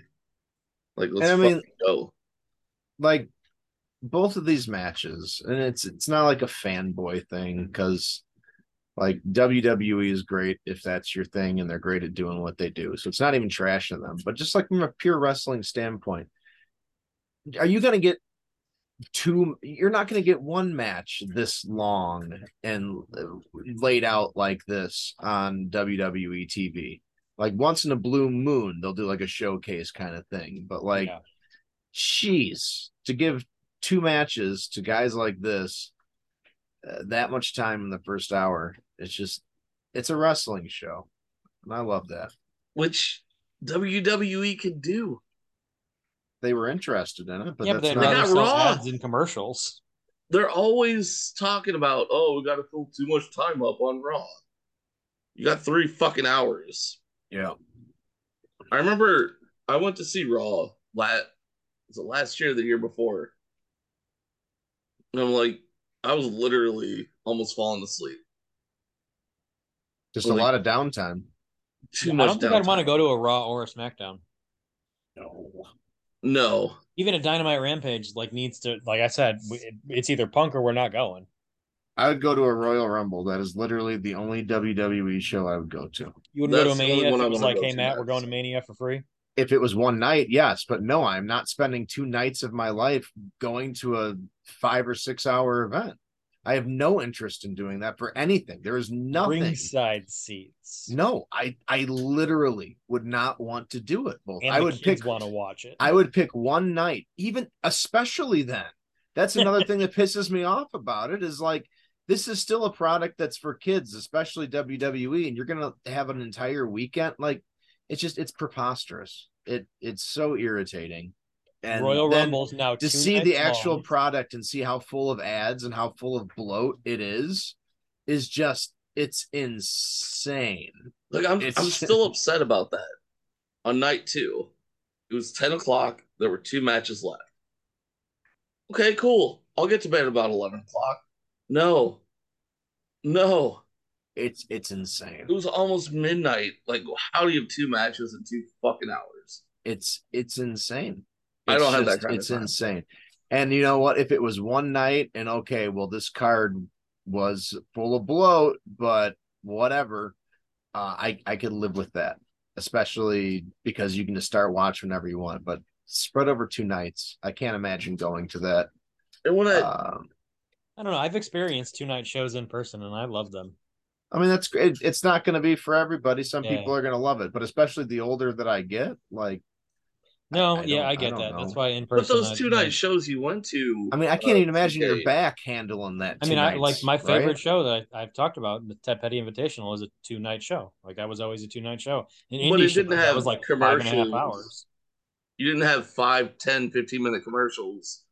Like let's And I mean- fucking go. like both of these matches, and it's it's not like a fanboy thing because like WWE is great if that's your thing, and they're great at doing what they do. So it's not even trashing them, but just like from a pure wrestling standpoint, are you gonna get two you're not going to get one match this long and laid out like this on WWE TV. Like once in a blue moon they'll do like a showcase kind of thing, but like Yeah. jeez, to give two matches to guys like this uh, that much time in the first hour, it's just it's a wrestling show. And I love that. which WWE could do. They were interested in it, but yeah, but that's they'd not rather Not sell Raw. ads in commercials. They're always talking about, oh, we got to fill too much time up on Raw. You got three fucking hours. yeah. I remember I went to see Raw last was it last year, or the year before, and I'm like, I was literally almost falling asleep. Just a Like- lot of downtime. Too I much. don't think I'd want to downtime. go to a Raw or a SmackDown. No, Even a Dynamite Rampage like needs to like I said, w- it- it's either Punk or we're not going. I would go to a Royal Rumble. That is literally the only WWE show I would go to. You wouldn't go to That's the only Mania if one I it was wanna like, go hey to Matt, we're next. going to Mania for free. If it was one night, yes, but no, I'm not spending two nights of my life going to a five or six hour event. I have no interest in doing that for anything. There is nothing. Ringside seats. No, I I literally would not want to do it. Both And I the would kids pick want to watch it. I would pick one night, even especially then. That's another thing that pisses me off about it is like this is still a product that's for kids, especially WWE, and you're gonna have an entire weekend. Like it's just it's preposterous. It it's so irritating. And Royal then Rumble's now to two see the nights actual long. product and see how full of ads and how full of bloat it is is just it's insane. Like I'm, It's- I'm still upset about that. On night two, it was ten o'clock. There were two matches left. Okay, cool. I'll get to bed about eleven o'clock. No, no, It's it's insane. it was almost midnight. Like, how do you have two matches in two fucking hours? it's it's insane. I It's don't have that kind of It's time. insane. And you know what? If it was one night, and okay, well, this card was full of bloat, but whatever. Uh, I I could live with that, especially because you can just start watch whenever you want. But spread over two nights, I can't imagine going to that. And when I, Um, I don't know. I've experienced two night shows in person and I love them. I mean, that's great. It's not going to be for everybody. Some Yeah. people are going to love it, but especially the older that I get, like No, I yeah, don't- I I get don't that. know. That's why in person. but those I- two I- night shows you went to, I mean, I can't uh, even imagine your TK, back handling that. I two mean, I like nights, my right? favorite show that I, I've talked about, the Ted Petty Invitational, is a two night show. Like that was always a two night show. An But indie it didn't show, that have was like five and a half commercials. hours. You didn't have five, 10, 15 minute commercials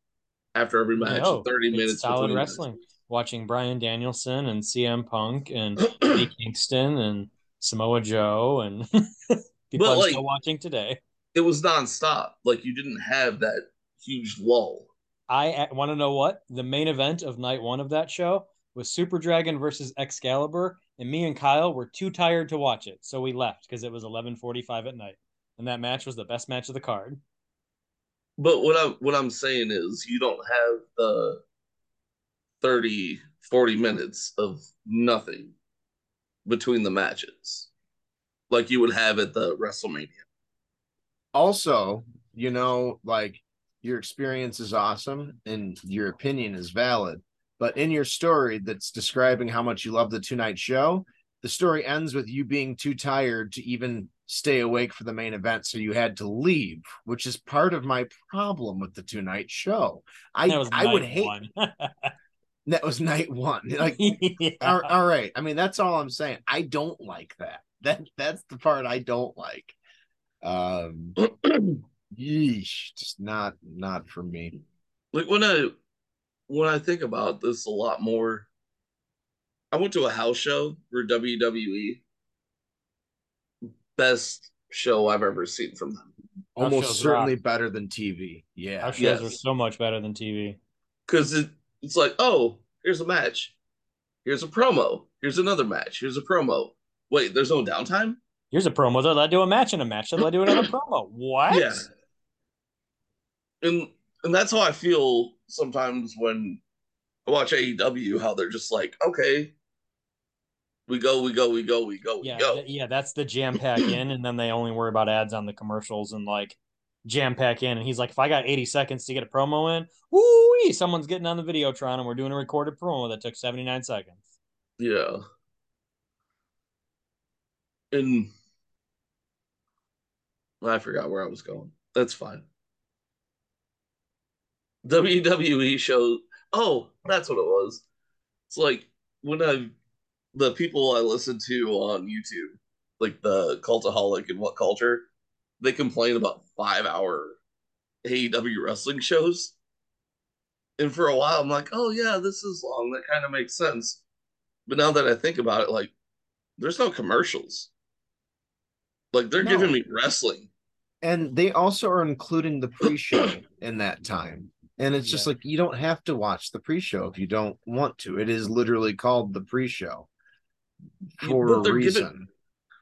after every match. No, Thirty it's minutes. solid between them. wrestling. Watching Brian Danielson and CM Punk and Eddie Kingston and Samoa Joe and people But, I'm like- still watching today. it was nonstop. Like you didn't have that huge lull. I want to know what the main event of night one of that show was: Super Dragon versus Excalibur, and me and Kyle were too tired to watch it, so we left because it was eleven forty-five at night, and that match was the best match of the card. But what I'm what I'm saying is you don't have the 30, 40 minutes of nothing between the matches. Like you would have at the WrestleMania. also, you know, like your experience is awesome and your opinion is valid, but in your story that's describing how much you love the two night show, the story ends with you being too tired to even stay awake for the main event, so you had to leave, which is part of my problem with the two night show. I That was I night would hate one. that was night one. Like uh, Yeah. all- all right. I mean, that's all I'm saying. I don't like that. That that's the part I don't like. Um yeesh, just not not for me. like when I when I think about this a lot more, I went to a house show for WWE. Best show I've ever seen from them. House Almost shows certainly rock. better than TV. Yeah. Our shows yes. are so much better than TV. because it, it's like, oh, here's a match, here's a promo, here's another match, here's a promo. Wait, there's no downtime. Here's a promo that led to a match and a match that led to another promo. What? Yeah, and and that's how I feel sometimes when I watch AEW, how they're just like, okay, we go, we go, we go, we go, we yeah, go. th- yeah. That's the jam pack in, and then they only worry about ads on the commercials and like jam pack in. And he's like, if I got 80 seconds to get a promo in, woo, someone's getting on the Videotron and we're doing a recorded promo that took 79 seconds. Yeah. And I forgot where I was going. That's fine. WWE show. E Oh, that's what it was. It's like when I, the people I listen to on YouTube, like the Cultaholic and What Culture, they complain about five hour AEW wrestling shows. And for a while, I'm like, oh, yeah, this is long. That kind of makes sense. But now that I think about it, like, there's no commercials. Like, they're No. giving me wrestling. and they also are including the pre-show in that time and it's just like you don't have to watch the pre-show if you don't want to it is literally called the pre-show Yeah, for but a they're reason giving-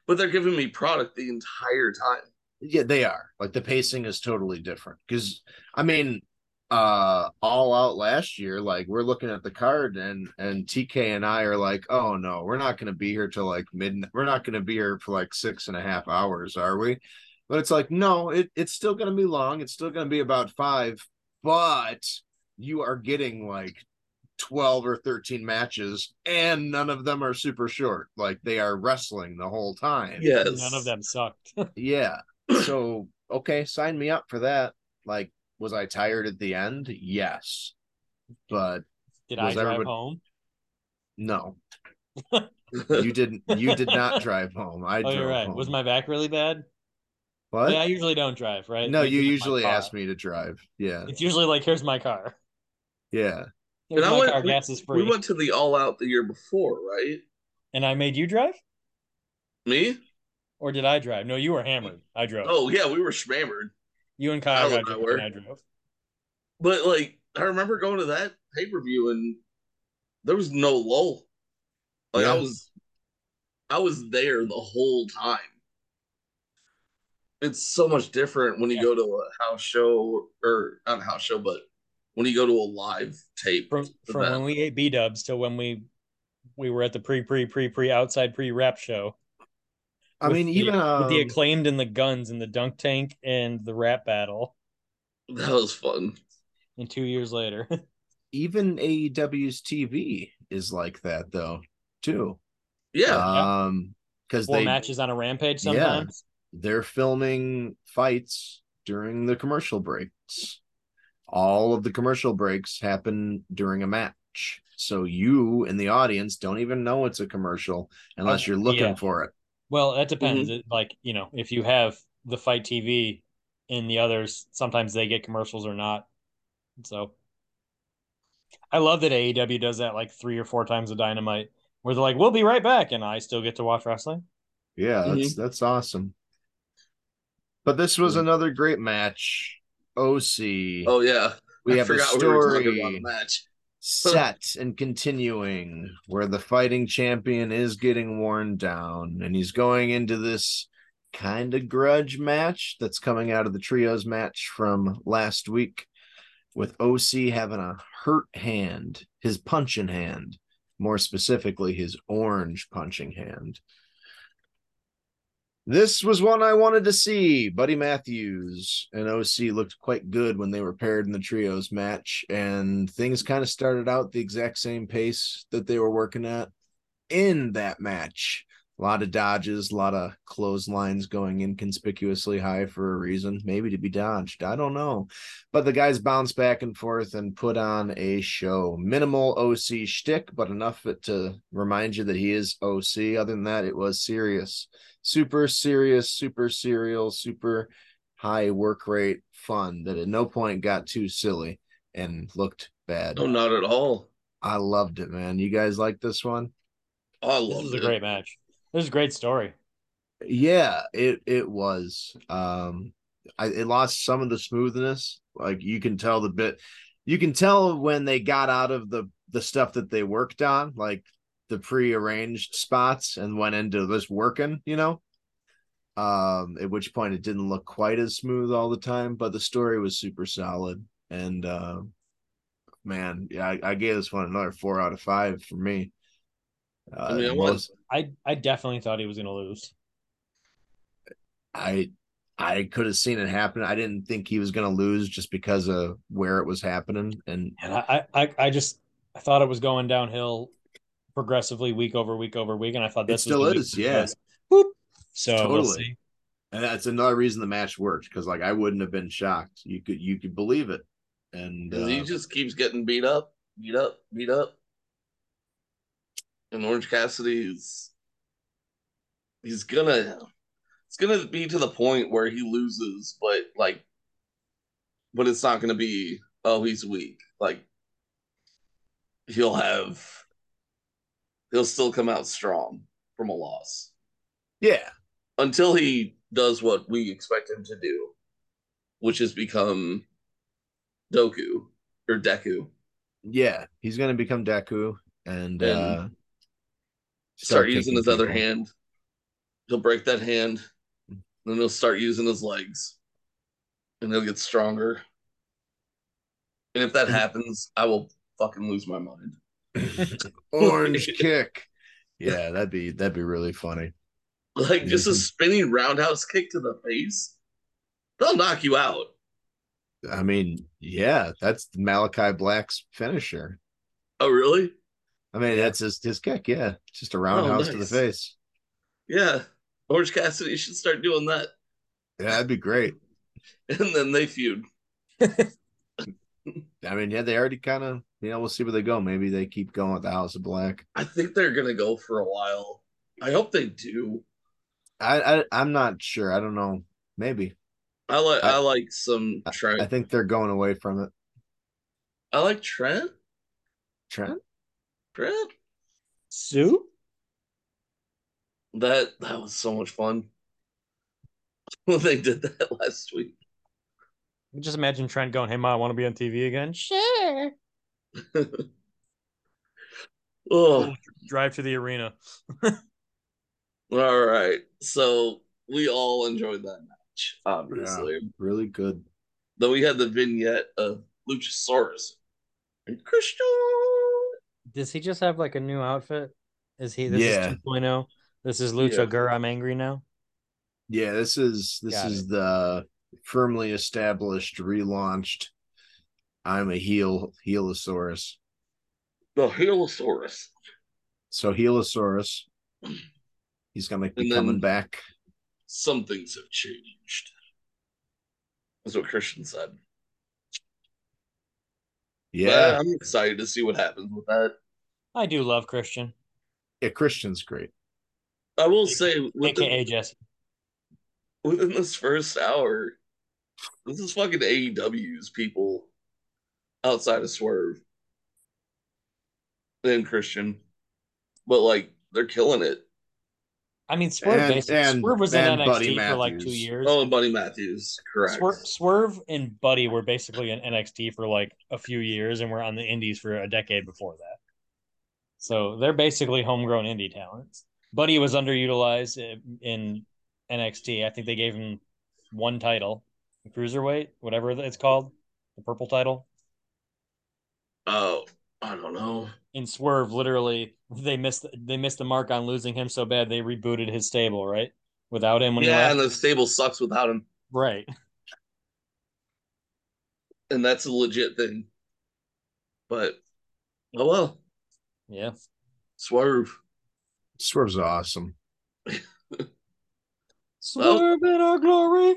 but they're giving me product the entire time. yeah they are like the pacing is totally different because i mean uh all out last year like we're looking at the card and and tk and i are like oh no we're not going to be here till like midnight we're not going to be here for like six and a half hours are we but it's like no it, it's still going to be long it's still going to be about five but you are getting like 12 or 13 matches and none of them are super short like they are wrestling the whole time Yes, None of them sucked. yeah. So, okay, sign me up for that. Like, was I tired at the end? Yes. But Did I Was drive everybody- home? no, you didn't. You did not drive home. I Oh, drove you're right. home. Was my back really bad? what? Yeah, I usually don't drive, right? no, Like, you it's my usually car. ask me to drive. Yeah. It's usually like, here's my car. Yeah. Here's I my went- car. Gas is free. we went to the All Out the year before, right? and I made you drive, Me? or did I drive? No, you were hammered. I drove. Oh yeah, we were spammered. you and Kyle Kyle got and I drunk were. and I drove. But like, I remember going to that pay per view and there was no lull. Like I Yeah. was, I was there the whole time. It's so much different when you Yeah. go to a house show or not a house show, but when you go to a live tape. From, from event. when we ate B Dubs till when we we were at the pre pre pre pre outside pre rap show. I with mean, the- even um, with the acclaimed and the guns and the dunk tank and the rap battle, That was fun. and two years later, even E AEW's TV is like that though, too. Yeah. Uh, Um, because four they matches on a rampage Yeah. sometimes. they're filming fights during the commercial breaks. All of the commercial breaks happen during a match. So you in the audience don't even know it's a commercial Oh, unless you're looking yeah. for it. Well, that depends. Mm-hmm. It- Like you know, if you have the fight TV and the others, sometimes they get commercials or not. So I love that AEW does that like three or four times a dynamite where they're like, we'll be right back. And I still get to watch wrestling. Yeah, Mm-hmm. that's that's awesome. But this was Mhm. another great match. OC. Oh yeah. we I have a forgot story we were talking about a match. set and continuing where the fighting champion is getting worn down and he's going into this kind of grudge match that's coming out of the trios match from last week with OC having a hurt hand, his punching hand, more specifically his orange punching hand. This was one I wanted to see. Buddy Matthews and OC looked quite good when they were paired in the trios match, and things kind of started out the exact same pace that they were working at in that match. A lot of dodges, a lot of clotheslines going inconspicuously high for a reason, maybe to be dodged. I don't know. But the guys bounced back and forth and put on a show. Minimal OC shtick, but enough to remind you that he is OC. Other than that, it was serious super serious, super serial, super high work rate fun that at no point got too silly and looked bad. Oh, No, not at all. I loved it, man. You guys like this one? Oh, I This loved is a it. great match. This is a great story. Yeah, it it was. Um, I, it lost some of the smoothness. Like you can tell the bit, you can tell when they got out of the the stuff that they worked on, like the prearranged spots, and went into this working. You know, um, at which point it didn't look quite as smooth all the time, but the story was super solid. And uh, man, yeah, I, I gave this one another four out of five for me. Uh, I mean, I most- I, I definitely thought he was going to lose. I I could have seen it happen. I didn't think he was going to lose just because of where it was happening. And And I, I, I- I just I thought it was going downhill progressively week over week over week, and I thought It this still was the is, week- yeah. Boop. So we'll Totally. see. and that's another reason the match worked because like I wouldn't have been shocked. You could you could believe it. And 'Cause uh, he just keeps getting beat up, beat up, beat up. And Orange Cassidy is he's gonna it's gonna be to the point where he loses, but like but it's not gonna be oh he's weak. Like he'll have he'll still come out strong from a loss. yeah, Until he does what we expect him to do, which is become Doku or Deku. yeah, he's going to become Deku and, And uh, start using taking his other people. hand. He'll break that hand, then he'll start using his legs, and he'll get stronger. And if that happens, I will fucking lose my mind. Orange kick. Yeah, that'd be that'd be really funny. Like just a Mhm. spinning roundhouse kick to the face, they'll knock you out. I mean, yeah, that's Malachi Black's finisher. Oh, really? I mean, that's his his kick. Yeah, It's just a roundhouse to the Oh, nice. face. Yeah. Orange Cassidy should start doing that, Yeah, that'd be great. and then they feud. I mean, yeah, they already kind of you know we'll see where they go. Maybe they keep going with the House of Black. I think they're gonna go for a while. I hope they do. I, I I'm not sure. I don't know. Maybe I like I- I, like some Trent. I think they're going away from it. I like Trent. Trent. Trent. Sue. That that was so much fun when they did that last week. Just imagine Trent going, "Hey, ma, want to be on TV again?" Sure. Oh, Drive to the arena. all right. So we all enjoyed that match, obviously. Really good. Then we had the vignette of Luchasaurus and Christian. Does he just have like a new outfit? Is he? This Yeah. is 2.0. This is Lucha Yeah. Gur. I'm angry now. Yeah, this is this Got is the firmly established, relaunched. I'm a heel, heelosaurus. The Helosaurus. So Helosaurus, he's gonna be And then- coming back. Some things have changed. That's what Christian said. But Yeah, I'm excited to see what happens with that. I do love Christian, yeah, Christian's great. I will say with the- aka Jesse. within this first hour, this is fucking AEW's people outside of Swerve and Christian, but like they're killing it. I mean, Swerve And- basically and- Swerve was in and NXT Buddy for like two Matthews. years. Oh, and Buddy Matthews, correct? Swerve, Swerve and Buddy were basically in NXT for like a few years, and were on the Indies for a decade before that. So they're basically homegrown indie talents. Buddy was underutilized in- in NXT. I think they gave him one title, cruiserweight, whatever it's called, the purple title. Oh, I don't know. In Swerve, literally, they missed they missed the mark on losing him so bad they rebooted his stable right without him when he yeah, left. and the stable sucks without him, Right. and that's a legit thing. But oh well, Yeah. Swerve. Swerve's awesome. Swerve in our glory.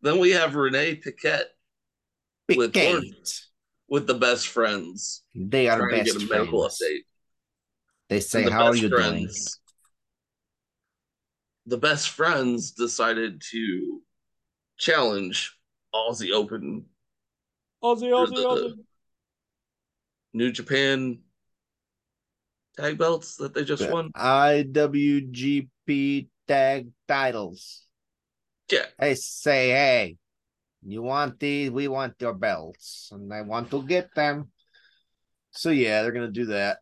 Then we have Renee Paquette With Piquet. with the best friends They are trying to best get a medical friends. update. They and say, the "How are best you doing?" friends- The best friends decided to challenge Aussie Open, Aussie, or Aussie, Aussie. the New Japan tag belts that they just won. IWGP tag titles. Yeah. They say, "Hey, you want these? We want your belts, and I want to get them." So yeah, they're gonna do that.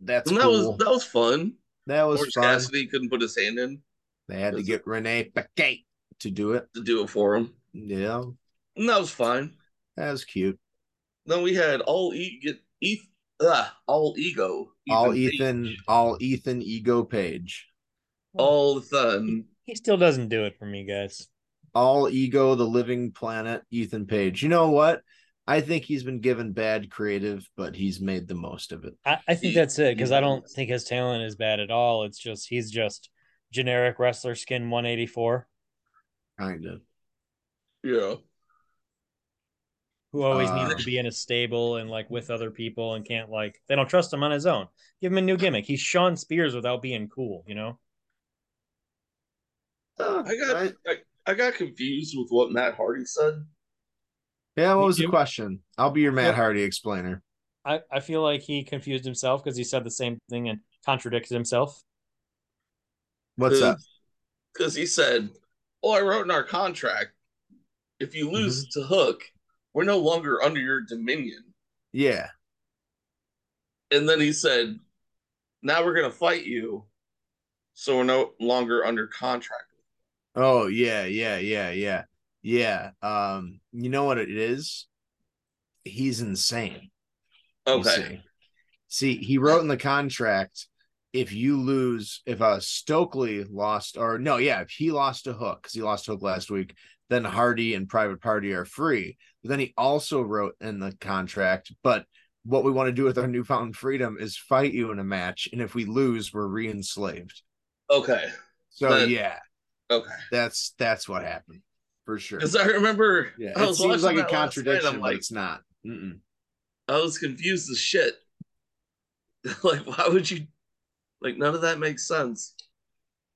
That's and that cool. was that was fun. that was Orange fun. Cassidy couldn't put his hand in They had to was- get Renee Paquet to do it. to do it for him, Yeah, and that was fine. that was cute. Then we had all e get Eth- ugh, all ego, all Page, Ethan, all Ethan ego page. all fun, He still doesn't do it for me, guys. All ego, the living planet, Ethan Page. You know what? I think he's been given bad creative, but he's made the most of it. I, I think He- that's it because I don't is. think his talent is bad at all. It's just he's just generic wrestler skin 184 Kind of. Yeah. who always Uh. needs to be in a stable and like with other people and can't like they don't trust him on his own. Give him a new gimmick. He's Sean Spears without being cool, you know. Oh, I got I, I, got confused with what Matt Hardy said. yeah, what was the You- question? I'll be your Matt Yep. Hardy explainer. I, I feel like he confused himself because he said the same thing and contradicted himself. What's up? Because he said, "Oh, I wrote in our contract, if Mm-hmm. you lose to Hook, we're no longer under your dominion." Yeah. And then he said, "Now we're gonna fight you, so we're no longer under contract." Oh yeah, yeah, yeah, yeah. Yeah. Um, you know what it is? He's insane. you Okay. See. See, he wrote in the contract if you lose, if uh Stokely lost, or no, yeah, if he lost a hook, because he lost hook last week, then Hardy and Private Party are free. But then he also wrote in the contract, but what we want to do with our newfound freedom is fight you in a match, and if we lose, we're re-enslaved. Okay. So But- yeah, Okay. that's that's what happened for sure. Because I remember Yeah, I it watching seems like that a last night, contradiction, I'm but like, it's not. Mm-mm. I was confused as shit. like, why would you? Like, none of that makes sense.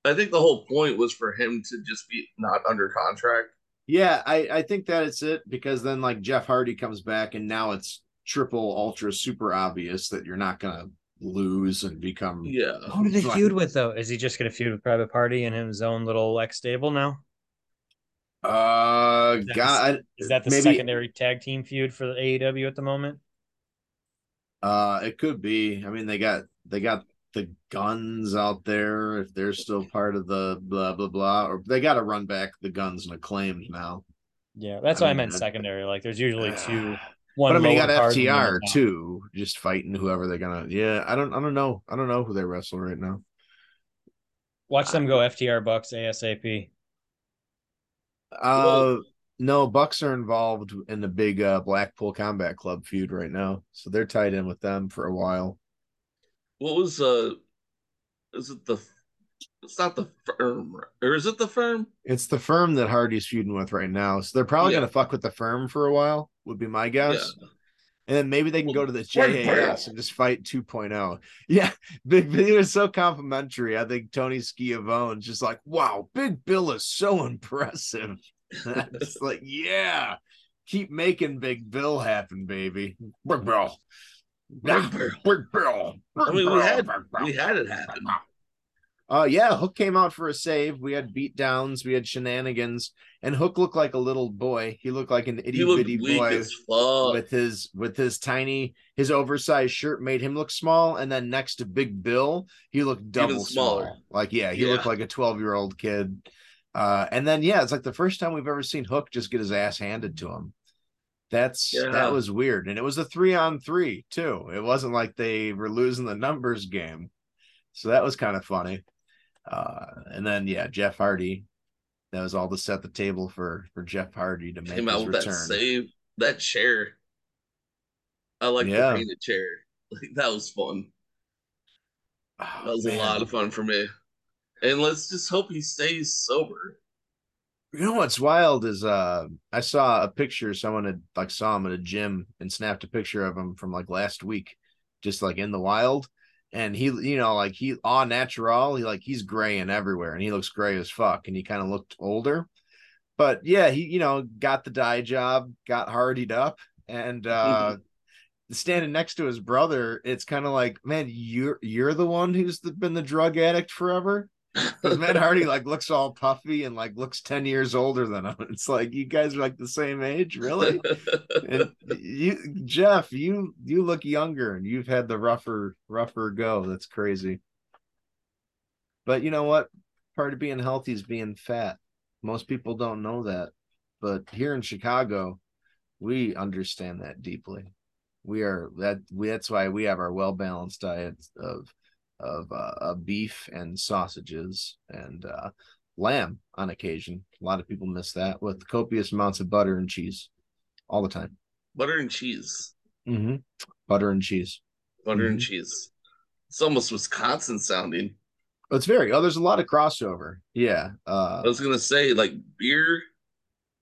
I think the whole point was for him to just be not under contract. Yeah, I, I think that it's it because then like Jeff Hardy comes back and now it's triple ultra super obvious that you're not gonna lose and become Yeah. Who did Right. he feud with though? Is he just gonna feud with Private Party and his own little ex stable now? uh Is that the God Is that the maybe- secondary tag team feud for the AEW at the moment? Uh it could be. I mean they got they got the guns out there if they're still part of the blah blah blah or they gotta run back the guns and acclaimed now. Yeah, that's I what I mean, meant that- secondary. Like there's usually two one. But I mean, you lower got card and one FTR top. too, just fighting whoever they're gonna. Yeah, I don't, I don't know, I don't know who they wrestle right now. Watch them go FTR Bucks ASAP. Uh, no, Bucks are involved in the big uh, Blackpool Combat Club feud right now, so they're tied in with them for a while. What was uh? Is it the? It's not the firm, right? or is it the firm? It's the firm that Hardy's feuding with right now, so they're probably Yeah. gonna fuck with the firm for a while. Would be my guess. And then maybe they can go to the Well, JAS and just fight 2.0. Yeah, Big Bill was so complimentary. I think Tony Schiavone's just like, wow, Big Bill is so impressive. it's like, yeah, keep making Big Bill happen, baby. Big Bill. Big Bill. Big Bill. I mean, we had we had it happen. Uh, yeah, Hook came out for a save. We had beatdowns, we had shenanigans, and Hook looked like a little boy. He looked like an itty He looked bitty weak boy as fuck. with his with his tiny his oversized shirt made him look small and then next to big bill he looked double smaller. small like yeah he Yeah. looked like a 12 year old kid uh and then yeah it's like the first time we've ever seen hook just get his ass handed to him that's Yeah. that was weird and it was a three on three too it wasn't like they were losing the numbers game so that was kind of funny uh and then yeah jeff hardy that was all to set the table for for jeff hardy to make Came out his with that return save that chair. I like Yeah. the painted chair. Like, that was fun. Oh, That was man. a lot of fun for me. And let's just hope he stays sober. You know what's wild is uh I saw a picture someone had like saw him at a gym and snapped a picture of him from like last week, just like in the wild. And he, you know, like he all natural, he like he's graying everywhere and he looks gray as fuck and he kind of looked older. But yeah, he, you know, got the dye job, got hardied up, and uh standing next to his brother, it's kind of like, man, you're you're the one who's the, been the drug addict forever. Because Matt Hardy like looks all puffy and like looks 10 years older than him. It's like you guys are like the same age, really? and you Jeff, you you look younger and you've had the rougher, rougher go. That's crazy. But you know what? Part of being healthy is being fat. Most people don't know that. But here in Chicago, we understand that deeply. We are that we, that's why we have our well balanced diets of of uh, uh, beef and sausages and uh, lamb on occasion. A lot of people miss that with copious amounts of butter and cheese all the time. Butter and cheese. Mm-hmm. Butter and cheese. Butter and Mm-hmm. cheese. It's almost Wisconsin sounding. It's very oh, there's a lot of crossover. Yeah. Uh I was gonna say like beer,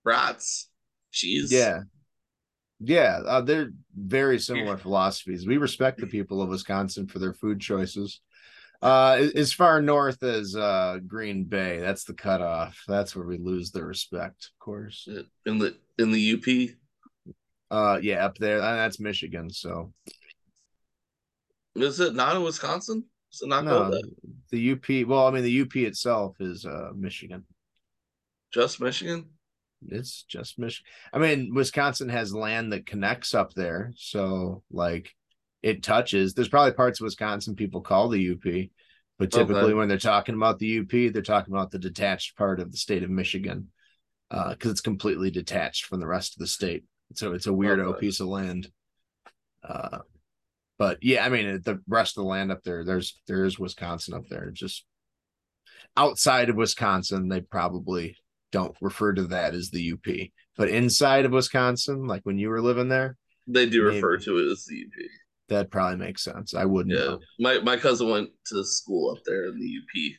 brats, cheese. yeah. Yeah, uh, they're very similar philosophies. We respect the people of Wisconsin for their food choices. Uh, a- as far north as uh, Green Bay, that's the cutoff. That's where we lose the respect, of course. In the in the UP. Uh, yeah, up there, uh, that's Michigan. So Is it not in Wisconsin? Is it not no, called that? the UP. Well, I mean, the UP itself is uh Michigan. Just Michigan? It's just Michigan. I mean, Wisconsin has land that connects up there, so like it touches. There's probably parts of Wisconsin people call the UP, but Okay. typically when they're talking about the UP, they're talking about the detached part of the state of Michigan because uh, it's completely detached from the rest of the state. So it's a weirdo Okay. piece of land. Uh, but yeah, I mean the rest of the land up there, there's there's Wisconsin up there. It's Just outside of Wisconsin, they probably don't refer to that as the UP. But inside of Wisconsin, like when you were living there, They do Maybe. refer to it as the UP. that probably makes sense. I wouldn't Yeah. know. My my cousin went to school up there in the UP.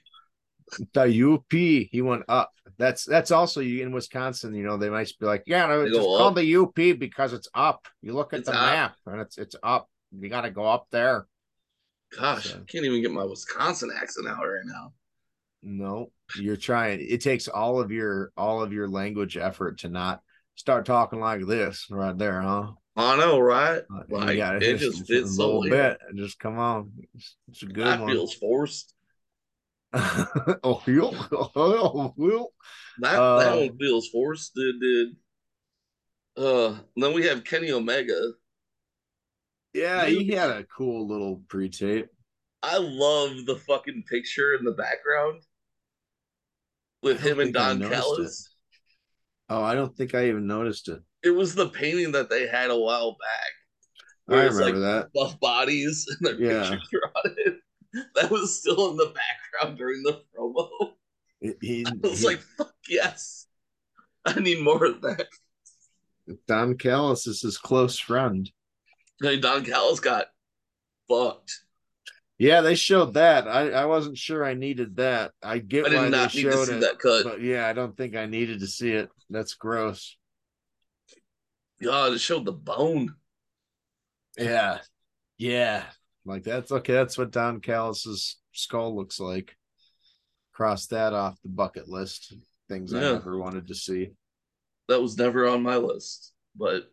The UP, he went up. That's that's also you in Wisconsin, you know, they might be like, Yeah, no, They it's just go called up. the UP because it's up. You look at It's the up. map and it's it's up. You gotta go up there. Gosh, So- I can't even get my Wisconsin accent out right now. No, you're trying. It takes all of your all of your language effort to not start talking like this right there, huh? I know, right? Uh, you Like gotta it hit just some- fits a so little weird. bit. Just come on. It's, it's a good That one. feels forced. oh, you, oh, you. That that Uh, one feels forced, dude. dude. Uh, then we have Kenny Omega. Yeah, he had a cool little pre-tape. I love the fucking picture in the background with I don't him and think I Don noticed Callis. Oh, I don't think I even noticed it. It. was the painting that they had a while back. I Where it's remember like that. buff bodies and their Yeah. pictures are on it. That was still in the background during the promo. It- He, I was he- like, fuck yes. I need more of that. Don Callis is his close friend. I mean, Don Callis got fucked. Yeah, they showed that. I, I wasn't sure I needed that. I get I why did they not need to showed see it, that cut. but yeah, I don't think I needed to see it. That's gross. God, it showed the bone. Yeah, yeah. Like that's okay. That's what Don Callis's skull looks like. Cross that off the bucket list. Things I Yeah. never wanted to see. That was never on my list. But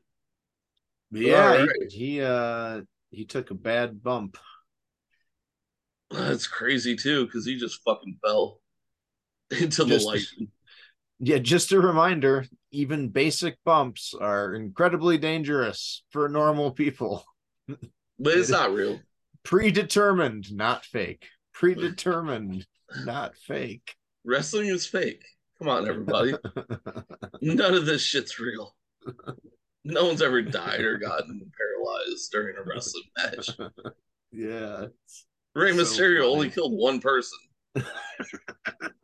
But yeah, he- Alright. he, uh he took a bad bump. that's crazy too, because he just fucking fell into the Just- light. Yeah, just a reminder. Even basic bumps are incredibly dangerous for normal people. But it's not real. predetermined, not fake. Predetermined, not fake. Wrestling is fake. Come on, everybody. None of this shit's real. No one's ever died or gotten paralyzed during a wrestling match. yeah. Rey So Mysterio funny. only killed one person.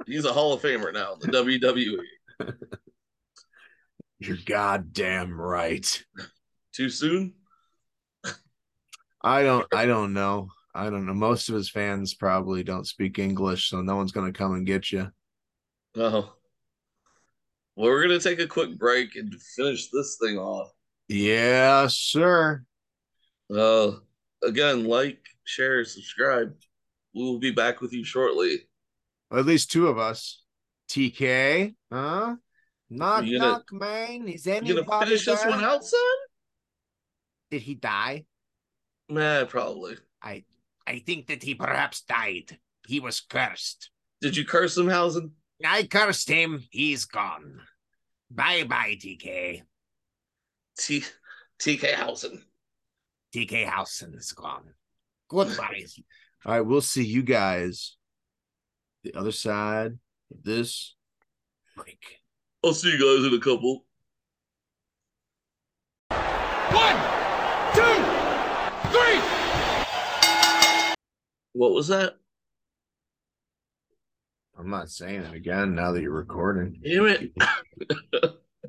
He's a Hall of Famer now in the E. WWE. You're goddamn right. Too soon? I don't I don't know. I don't know. Most of his fans probably don't speak English, so no one's gonna come and get you. Oh. Well, we're going to take a quick break and finish this thing off. Yeah, sir. Uh, again, like, share, subscribe. We will be back with you shortly. At least two of us. TK, huh? Knock You gonna- knock, man. Is You anybody going to finish this there? one out, son? Did he die? Nah, probably. I think that he perhaps died. He was cursed. Did you curse him, Housen? I cursed him. He's gone. Bye bye, TK. T- TK Housen. TK Housen is gone. Goodbye. All right, we'll see you guys the other side of this break. I'll see you guys in a couple. One, two, three. What was that? I'm not saying it again now that you're recording. Damn it.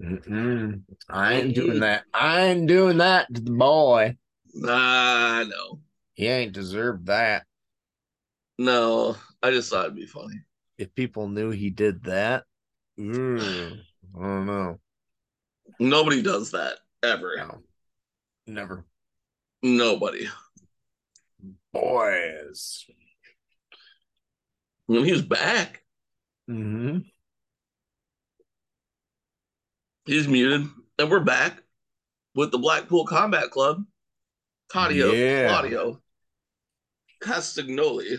Mm-mm. I ain't doing that. I ain't doing that to the boy. Nah, no. He ain't deserved that. No. I just thought it'd be funny. If people knew he did that, mm, I don't know. Nobody does that ever. No. Never. Nobody. Boys. When he's back, Mm-hmm. he's muted. And we're back with the Blackpool Combat Club. Claudio, Yeah. Claudio Castagnoli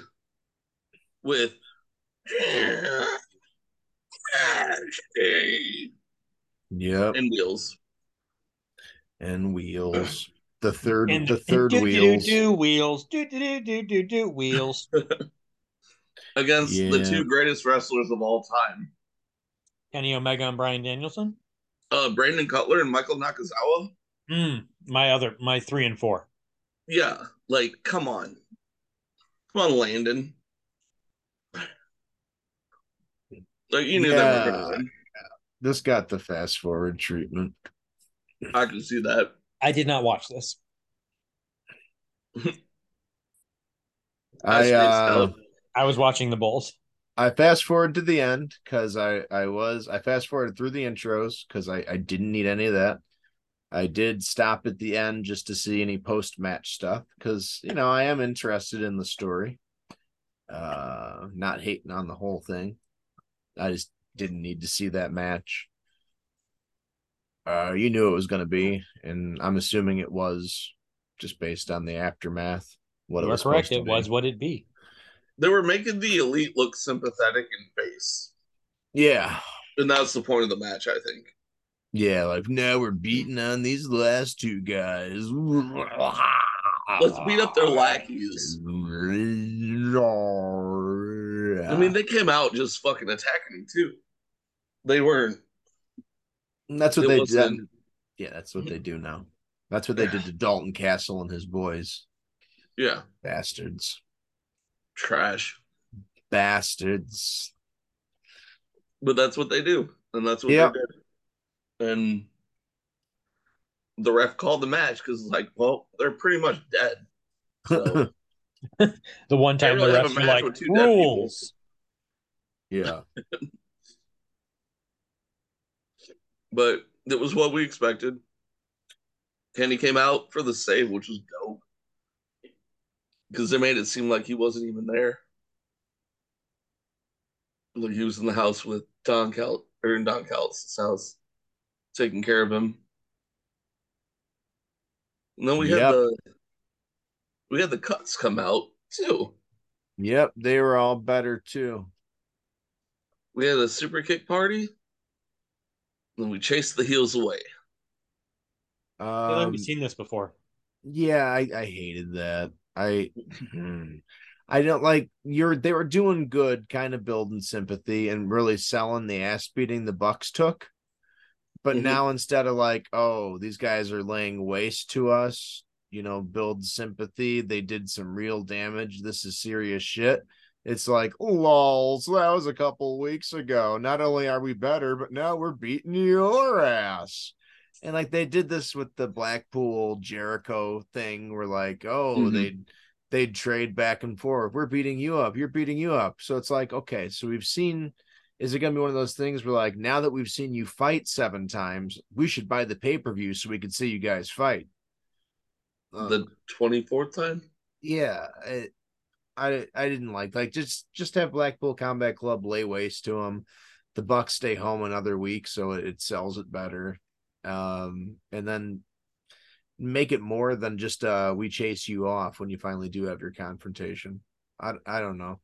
with Yep. and wheels. And wheels. The third And- the third and do, Do, wheels. do, do, wheels. Do, do, do, do, do, do, wheels. against the Yeah. two greatest wrestlers of all time, Kenny Omega and Brian Danielson. uh, Brandon Cutler and Michael Nakazawa. Mm, my other, my three and four. Yeah, like come on, come on, Landon. Like you knew that. Yeah. This got the fast forward treatment. I can see that. I did not watch this. I I spaced uh, out. I was watching the Bulls. I fast forward to the end because I I was I fast forwarded through the intros because I I didn't need any of that. I did stop at the end just to see any post match stuff because you know I am interested in the story. Uh, not hating on the whole thing. I just didn't need to see that match. Uh, you knew it was going to be, and I'm assuming it was just based on the aftermath. What it you are was correct. supposed to It be. was what it be. They were making the elite look sympathetic and face, Yeah, and that's the point of the match, I think. Yeah, like now we're beating on these last two guys. Let's Let's beat up their lackeys. I mean, they came out just fucking attacking him too. They weren't. that's what it they did. wasn't- Yeah, that's what they do now. That's what they did to Dalton Castle and his boys. Yeah, Bastards. trash. Bastards. but that's what they do, and that's what Yeah. they did. And the ref called the match because it's like, well, they're pretty much dead. So The one time really the have a refs were match like with two dead people. rules. Yeah. but it was what we expected. Kenny came out for the save, which was dope. Because they made it seem like he wasn't even there. Like he was in the house with Don Cal or in Don Callis' house, taking care of him. And then we Yep. had the we had the cuts come out too. Yep. They were all better too. We had a super kick party. And we chased the heels away. I feel like Um, we've seen this before. Yeah, I, I hated that. I hmm. I don't like you're they were doing good, kind of building sympathy and really selling the ass beating the Bucks took. But Mhm. now instead of like, oh, these guys are laying waste to us, you know, build sympathy. They did some real damage. This is serious shit. It's like, lols, that was a couple weeks ago. Not only are we better, but now we're beating your ass. And like they did this with the Blackpool Jericho thing, where like, oh, Mhm. they'd they'd trade back and forth. We're beating you up, you're beating you up. So it's like, okay, so we've seen. Is it gonna be one of those things where like now that we've seen you fight seven times, we should buy the pay per view so we could see you guys fight? Um, The twenty fourth time? yeah I, I i didn't like like just just have blackpool combat club lay waste to them the bucks stay home another week so it, it sells it better um and then make it more than just uh we chase you off when you finally do have your confrontation i i don't know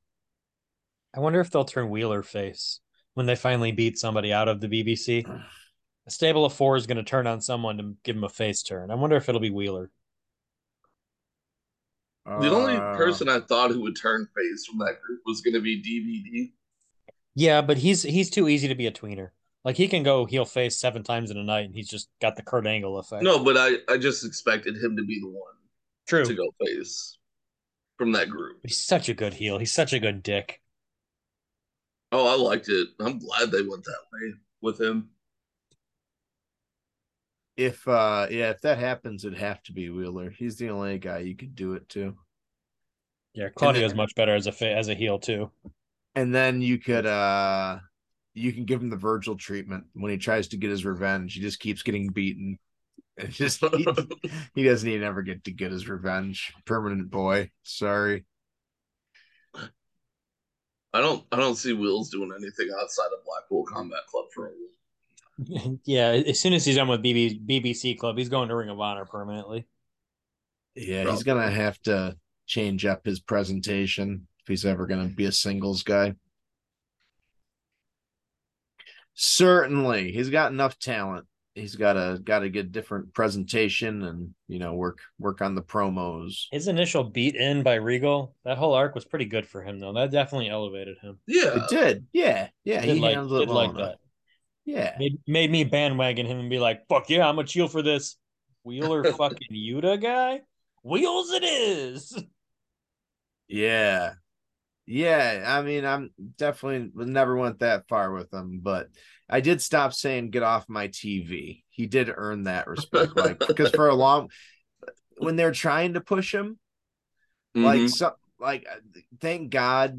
I wonder if they'll turn Wheeler face when they finally beat somebody out of the BBC. A stable of four is going to turn on someone to give him a face turn. I wonder if it'll be Wheeler. The only Uh, person I thought who would turn face from that group was going to be DVD. Yeah, but he's he's too easy to be a tweener. Like he can go heel face seven times in a night, and he's just got the Kurt Angle effect. No, but I, I just expected him to be the one true. to go face from that group. He's such a good heel. He's such a good dick. Oh, I liked it. I'm glad they went that way with him. If uh yeah, if that happens, it'd have to be Wheeler. He's the only guy you could do it to. Yeah, Claudio's much better as a fa- as a heel too. And then you could uh you can give him the Virgil treatment when he tries to get his revenge. He just keeps getting beaten. And just he, he doesn't even ever get to get his revenge. Permanent boy. Sorry. I don't I don't see Wheels doing anything outside of Blackpool Combat Club for a while. yeah, as soon as he's done with BB, BBC Club, he's going to Ring of Honor permanently. Yeah, he's gonna have to change up his presentation if he's ever gonna be a singles guy. Certainly, he's got enough talent. He's got to got to get different presentation and you know work work on the promos. His initial beat in by Regal, that whole arc was pretty good for him though. That definitely elevated him. Yeah. It did, yeah, yeah. Did He Uh, like, handled it did well like enough. that. Yeah, Made, made me bandwagon him and be like, "Fuck yeah, I'm a chill for this Wheeler fucking Yuta guy." Wheels it is. yeah, yeah. I mean, I'm definitely never went that far with him, but I did stop saying "get off my TV." He did earn that respect, like because for a long, when they're trying to push him, Mm-hmm. like Mhm. so like uh, thank god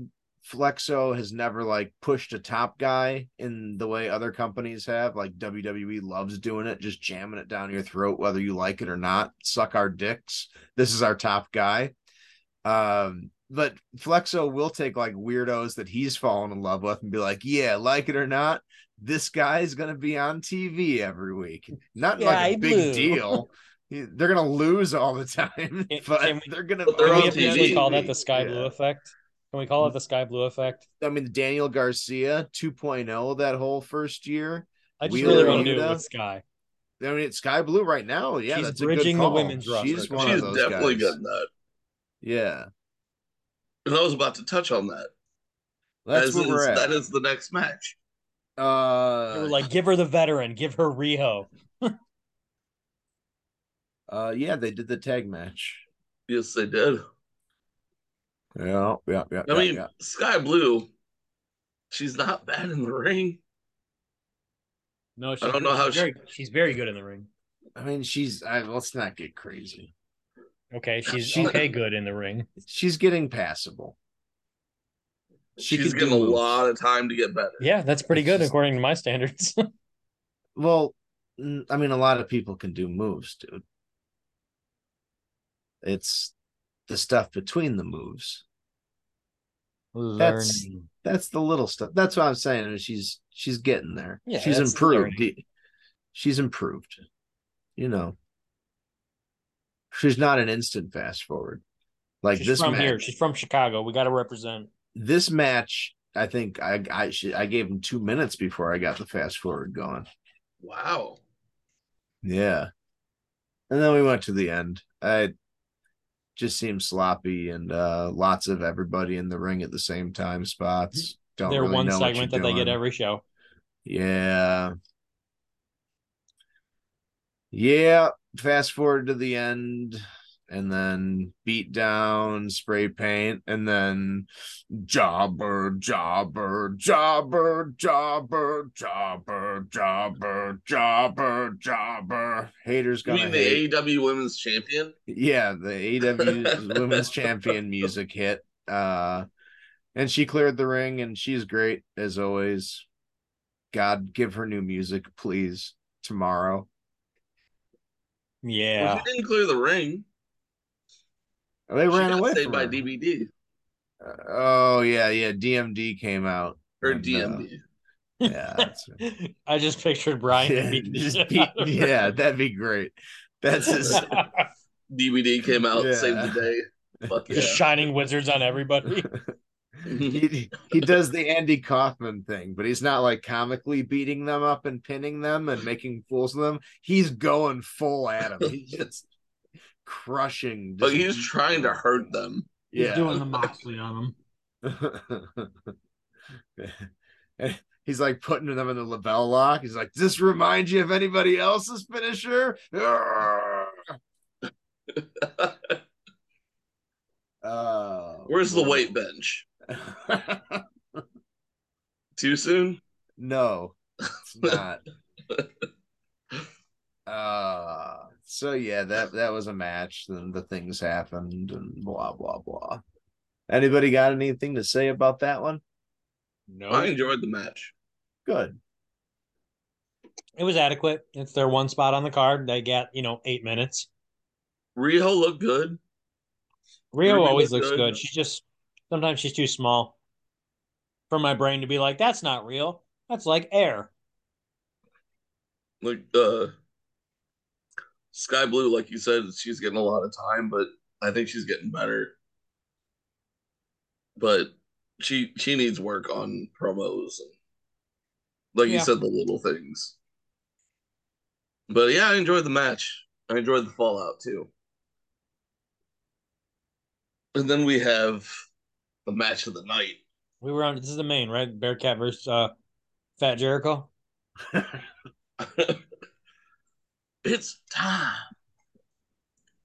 flexo has never like pushed a top guy in the way other companies have like wwe loves doing it just jamming it down your throat whether you like it or not suck our dicks this is our top guy um but flexo will take like weirdos that he's fallen in love with and be like yeah like it or not this guy is going to be on tv every week not in, like Yeah, a I big blew. deal they're gonna lose all the time Can- but can we- they're gonna But they're Can on we officially TV. call that the Sky Yeah. Blue effect? Can we call it the Sky Blue effect? I mean, Daniel Garcia 2.0 that whole first year. I just Wheeler really want to do it Yuta? with Sky. I mean, it's Sky Blue right now. Yeah, She's that's bridging the a good call. women's roster. She's one She's of those definitely guys. getting that. Yeah, And I was about to touch on that. that's As where is- we're at. That is the next match. uh, They were like, give her the veteran, give her Riho. uh, yeah, they did the tag match. Yes, they did. Yeah, yeah, yeah. I yeah, mean, yeah. Sky Blue, she's not bad in the ring. No, she's, I don't know how she's very, she's very good in the ring. I mean, she's. I, let's not get crazy. Okay, she's She- okay good in the ring. She's getting passable. She she's could getting a do moves. lot of time to get better. Yeah, that's pretty It's good just- according to my standards. Well, mm, I mean, a lot of people can do moves, dude. It's the stuff between the moves. That's- Learning. That's the little stuff. That's what I'm saying. I mean, she's she's getting there. Yeah, she's that's the improved. She's improved. You know, she's not an instant fast forward. Like She's this from match, here. She's from Chicago. We got to represent. this match, I think I I she, I gave him two minutes before I got the fast forward going. Wow. Yeah. And then we went to the end. I just seemed sloppy and uh lots of everybody in the ring at the same time spots. Don't Their really one know what segment that you're they get doing. every show. Yeah. Yeah. Fast forward to the end and then beat down, spray paint, and then jobber, jobber, jobber, jobber, jobber, jobber, jobber, jobber. Haters You gonna mean hate. the AEW Women's Champion? Yeah, the AW Women's Champion music hit. Uh and she cleared the ring and she's great as always. God give her new music, please, tomorrow. Well, Yeah. she didn't clear the ring. They She ran got away saved from by her. DVD Uh, oh yeah, yeah. DMD came out. or and, uh, DMD. yeah, that's right. I just pictured Brian yeah, beating the just shit beat- out of her. yeah, that'd be great. That's his DVD came out, Yeah. saved the day. Fuck yeah. just shining wizards on everybody. he he does the Andy Kaufman thing, but he's not like comically beating them up and pinning them and making fools of them. He's going full at them. He's just crushing. But just- he's trying to hurt them. He's Yeah. doing the Moxley on him. He's like putting them in the label lock. He's like, "Does this remind you of anybody else's finisher?" Oh, Where's the boy. weight bench? Too soon? No, it's not. uh so yeah, that that was a match. Then the things happened and blah blah blah. Anybody got anything to say about that one? I No. enjoyed the match. Good. It was adequate. It's their one spot on the card. They got, you know, eight minutes. Rio looked good. Rio Ruby always looked looks good. good. She's just sometimes she's too small for my brain to be like, that's not real. That's like air. Like uh Sky Blue, like you said, she's getting a lot of time, but I think she's getting better. But she she needs work on promos and like you Yeah. said, the little things. But yeah, I enjoyed the match. I enjoyed the fallout too. And then we have the match of the night. We were on this is the main, right? Bearcat versus uh Fat Jericho. it's time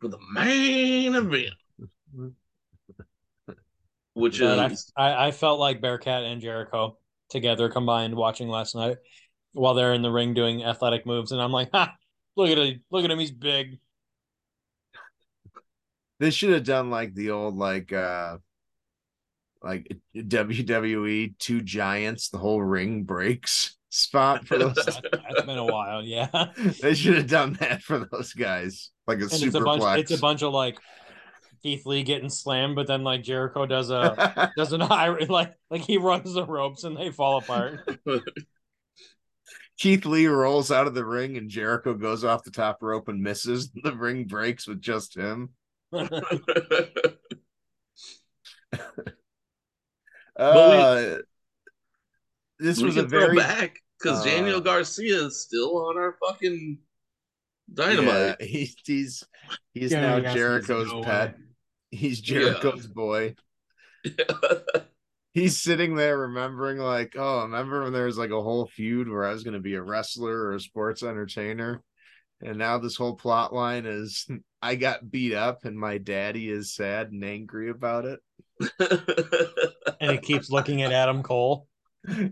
for the main event, which But is I, I I felt like Bearcat and Jericho together combined watching last night while they're in the ring doing athletic moves, and I'm like, ha, look at him, look at him, he's big. They should have done like the old like uh like WWE two giants, the whole ring breaks spot for those. That, has been a while, yeah. and they should have done that for those guys. Like a it's a bunch, superplex. it's a bunch of like Keith Lee getting slammed, but then like Jericho does a does an iron like like he runs the ropes and they fall apart. Keith Lee rolls out of the ring and Jericho goes off the top rope and misses. The ring breaks with just him. Uh, But this we was a can throw very back because uh, Daniel Garcia is still on our fucking yeah, dynamite. he, he's he's Yeah, now yes, there's Jericho's no pet. way. He's Yeah. Jericho's boy. He's sitting there remembering, like, oh, remember when there was like a whole feud where I was going to be a wrestler or a sports entertainer, and now this whole plot line is I got beat up and my daddy is sad and angry about it. And he keeps looking at Adam Cole.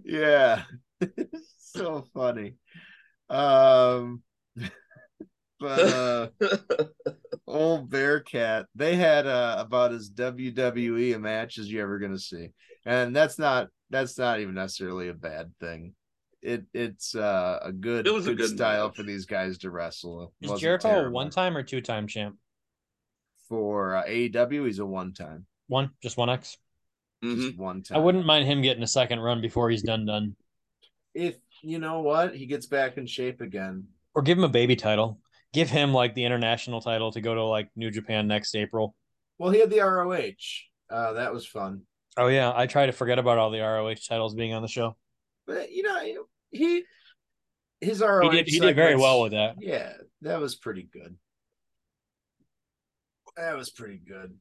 yeah so funny um but uh old bearcat they had uh about as wwe a match as you're ever gonna see and that's not that's not even necessarily a bad thing it it's uh a good It was a good style match. for these guys to wrestle It Is wasn't Jericho a terrible. one time or two time champ? for uh, AEW he's a one time One, just one X. Mhm. just one time I wouldn't mind him getting a second run before he's done done. if you know what he gets back in shape again Or give him a baby title. Give him like the international title to go to like New Japan next April. Well, he had the ROH. Uh, that was fun. Oh yeah, I try to forget about all the ROH titles being on the show. But you know, he his ROH. He did he did very segments- well with that. Yeah, that was pretty good. That was pretty good.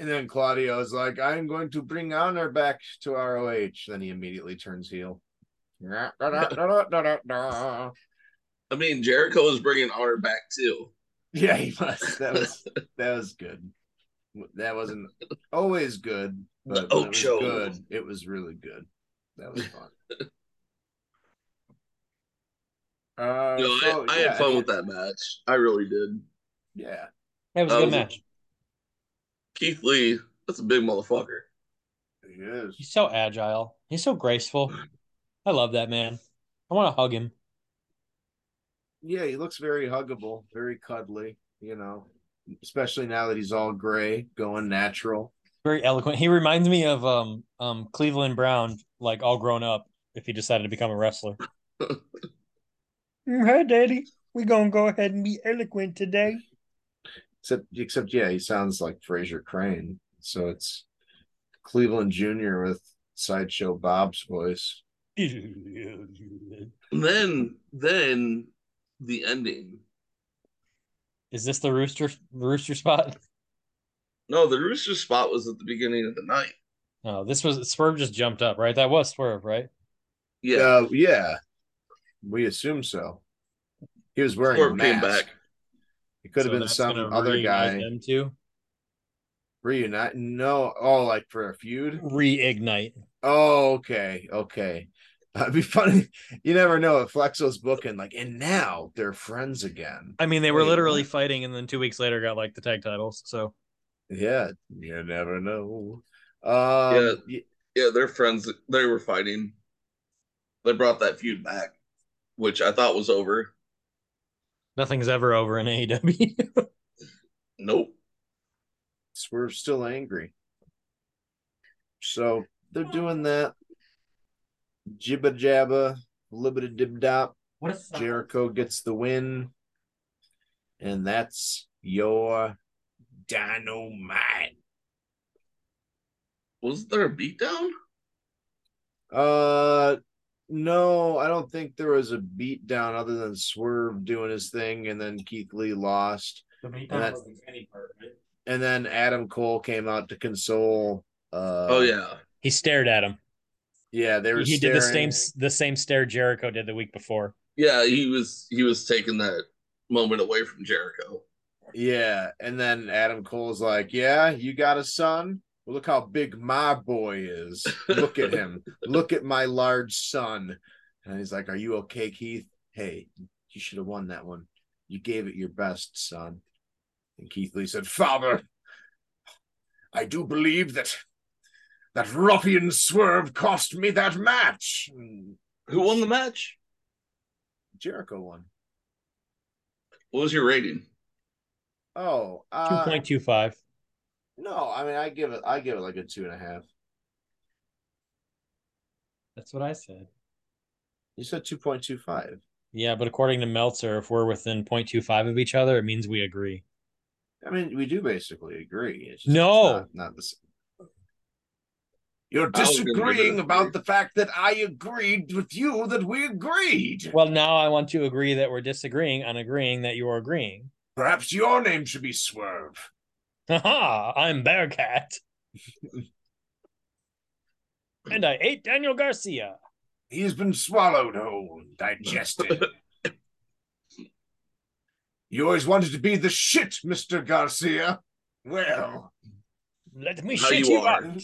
And then Claudio's like, "I'm going to bring honor back to ROH." Then he immediately turns heel. Yeah, I mean, Jericho is bringing honor back too. he must. That was that was good. That wasn't always good, but when it was Ocho. good. It was really good. That was fun. Uh, No, I, so, I yeah, had fun with that match. I really did. Yeah, That was a That good was a- match. Keith Lee, that's a big motherfucker. it is. He's so agile. He's so graceful. I love that man. I want to hug him. Yeah, he looks very huggable, very cuddly. You know, especially now that he's all gray, going natural. Very eloquent. He reminds me of um um Cleveland Brown, like all grown up, if he decided to become a wrestler. Hi, Daddy. We're gonna go ahead and be eloquent today. Except, except, yeah, he sounds like Fraser Crane. So it's Cleveland Junior with sideshow Bob's voice. Is And then, then the ending. this the rooster rooster spot? No, the rooster spot was at the beginning of the night. No, this was Swerve just jumped up, right? That was Swerve, right? Yeah, Uh, yeah, we assume so. He was wearing a Swerve came mask. back. It could So have been that's some gonna other reunite guy Them two reunite. No, oh, like for a feud. reignite. Oh, okay, okay. That'd be funny. You never know if Flexo's booking like, and now they're friends again. I mean, they were Wait, literally what? fighting, and then two weeks later got like the tag titles. So Yeah, you never know. Um, yeah. Yeah, they're friends. They were fighting. They brought that feud back, which I thought was over. nothing's ever over in E AEW. Nope. we're still angry. So they're doing that. Jibba jabba, limited dib dop. What is Jericho gets the win. And that's your dynamite. Was there a beatdown? Uh no, I don't think there was a beatdown other than Swerve doing his thing and then Keith Lee lost. The meat And that- was the candy part, right? And then Adam Cole came out to console uh oh yeah. he stared at him. Yeah, they were He staring. did the same the same stare Jericho did the week before. Yeah, he was he was taking that moment away from Jericho. Yeah, and then Adam Cole's like, "Yeah, you got a son. Well, look how big my boy is. Look at him. look at my large son." And he's like, "Are you okay, Keith? Hey, you should have won that one. You gave it your best, son." And Keith Lee said, "Father, I do believe that that ruffian swerve cost me that match." And Who won the match? Jericho won. What was your rating? Oh, Two uh, point two five. no, I mean, I give it, I give it like a two and a half. That's what I said. You said two point two five. Yeah, but according to Meltzer, if we're within 0.25 of each other, it means we agree. I mean, we do basically agree. It's No. it's not, not the same. You're I was gonna give it a disagreeing three. about the fact that I agreed with you that we agreed. Well, now I want to agree that we're disagreeing on agreeing that you are agreeing. Perhaps your name should be Swerve. Haha, I'm Bearcat. and I ate Daniel Garcia. He has been swallowed whole and digested. you always wanted to be the shit, Mr. Garcia. Well, Let me How shit you you, are. out.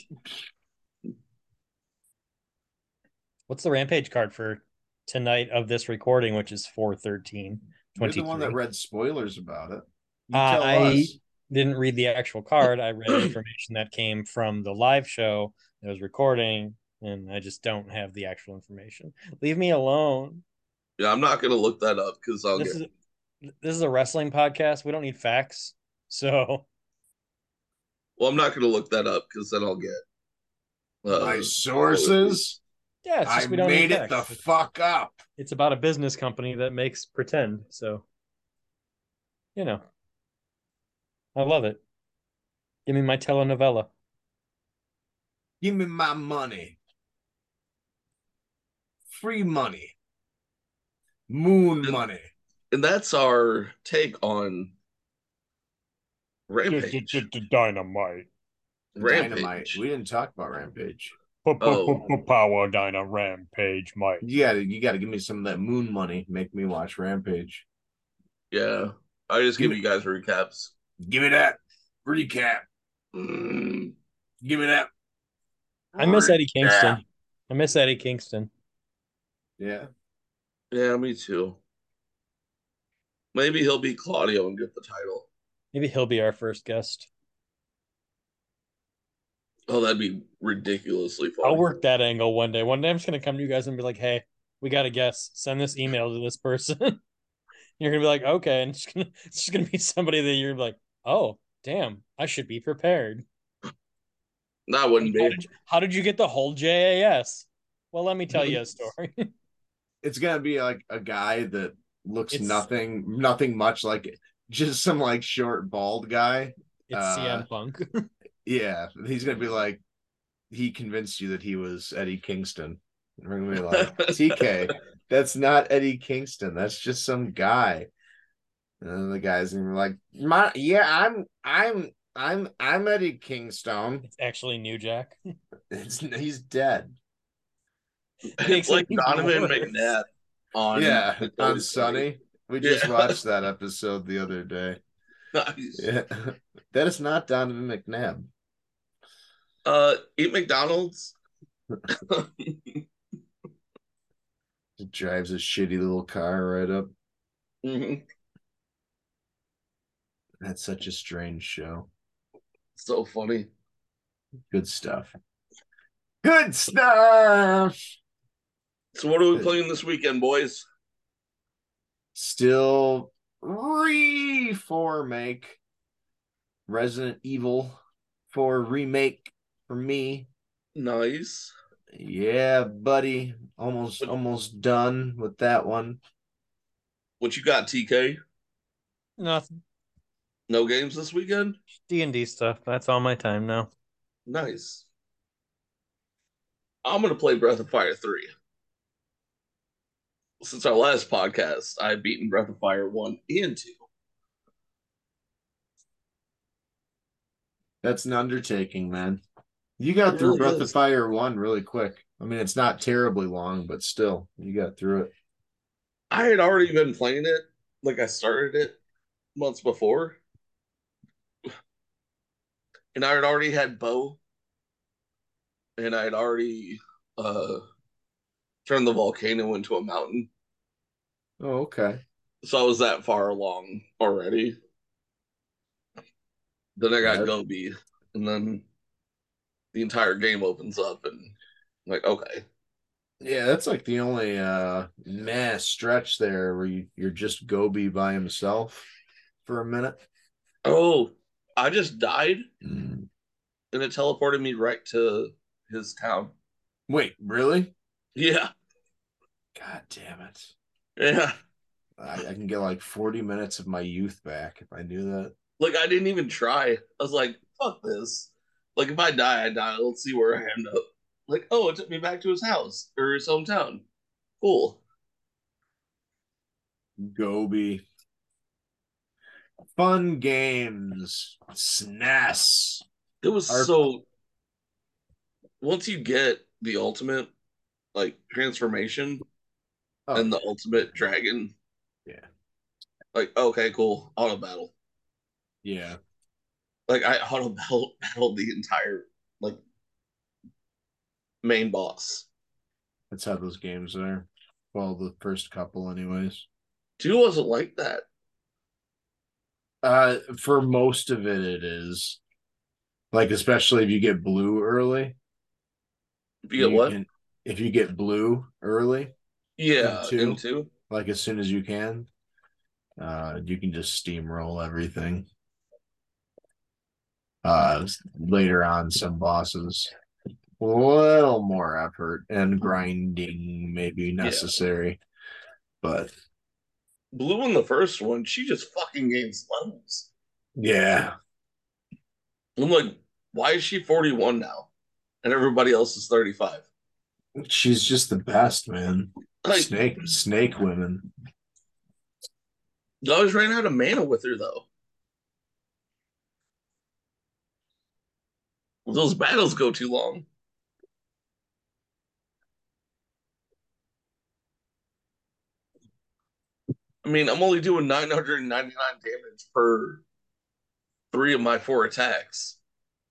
What's the rampage card for tonight of this recording, which is 413? you're the one that 23. read spoilers about it. You Uh, tell I- us. didn't read the actual card. I read information that came from the live show that was recording, and I just don't have the actual information. Leave me alone. Yeah, I'm not gonna look that up because I'll This get is this is a wrestling podcast. We don't need facts. So well, I'm not gonna look that up because then I'll get uh, My sources. yeah, it's just I we don't made need it the facts. fuck up. it's about a business company that makes pretend. So you know, I love it. Give me my telenovela. Give me my money. Free money. Moon Good. money. and that's our take on Rampage. Dynamite. Dynamite. Rampage. We didn't talk about Rampage. Oh. Power Dyna Rampage Mike. You gotta you gotta give me some of that moon money. Make me watch Rampage. Yeah. I just give you guys recaps. Give me that recap. Mm. Give me that. I miss Eddie Kingston. I miss Eddie Kingston. Yeah. Yeah, me too. Maybe he'll be Claudio and get the title. Maybe he'll be our first guest. Oh, that'd be ridiculously funny. I'll work that angle one day. One day I'm just gonna come to you guys and be like, "Hey, we got a guess. Send this email to this person." you're gonna be like, "Okay," and it's gonna it's just gonna be somebody that you're like, "Oh, damn, I should be prepared." That wouldn't How be. did, you, how did you get the whole JAS? Well, let me tell you a story. It's gonna be like a guy that looks It's- nothing nothing much like it. Just some like short bald guy. It's Uh, CM Punk. Yeah, he's gonna be like, he convinced you that he was Eddie Kingston. And we're gonna be like, TK, that's not Eddie Kingston. That's just some guy. And then the guys gonna be like, my yeah, I'm I'm I'm I'm Eddie Kingstone. it's actually New Jack. It's, he's dead. Makes It's like it even Donovan worse. McNabb on yeah, Toy Story. on Sunny. We just Yeah. watched that episode the other day. Nice. Yeah. that is not Donovan McNabb. Uh, eat McDonald's He drives a shitty little car right up. Mhm. That's such a strange show. So funny. Good stuff. Good stuff. So what are we playing this weekend, boys? Still re four make Resident Evil for remake for me. Nice. Yeah, buddy. Almost almost done with that one. What you got, TK? Nothing. No games this weekend? D and D stuff. That's all my time now. Nice. I'm gonna play Breath of Fire 3. Since our last podcast, I've beaten Breath of Fire 1 and 2. That's an undertaking, man. You got It through really Breath of is. Fire one really quick. I mean, it's not terribly long, but still, you got through it. I had already been playing it, like I started it months before. And I had already had Bo. And I had already uh turned the volcano into a mountain. Oh, okay. So I was that far along already. Then I got Yeah. Gobi, and then the entire game opens up, and I'm like, okay, Yeah, that's like the only uh mass stretch there where you, you're just Gobi by himself for a minute. oh, I just died, and it teleported me right to his town. Wait, really? Yeah, God damn it. yeah. I, I can get like 40 minutes of my youth back if I knew that. Like I didn't even try. I was like, fuck this. Like if I die, I die. Let's see where I end up. Like, oh, it took me back to his house or his hometown. Cool. Gobi. Fun games. E SNES. It was Our- so. Once you get the ultimate, like transformation Oh, and the ultimate dragon, Yeah. like okay, cool, auto battle. yeah. Like I auto battle battled the entire like main boss. That's how those games are. Well, the first couple, anyways. Two wasn't like that. Uh, for most of it, it is like, especially if you get blue early. If you get what? can- if you get blue early, yeah, in two? in two. like as soon as you can, uh, you can just steamroll everything. Uh, later on, some bosses, a little more effort and grinding may be necessary, but Blue in the first one, she just fucking gains levels. yeah, I'm like, why is she 41 now, and everybody else is 35? She's just the best, man. Like, Snake, snake women. I always ran out of mana with her though. Those battles go too long. I mean, I'm only doing 999 damage per three of my four attacks,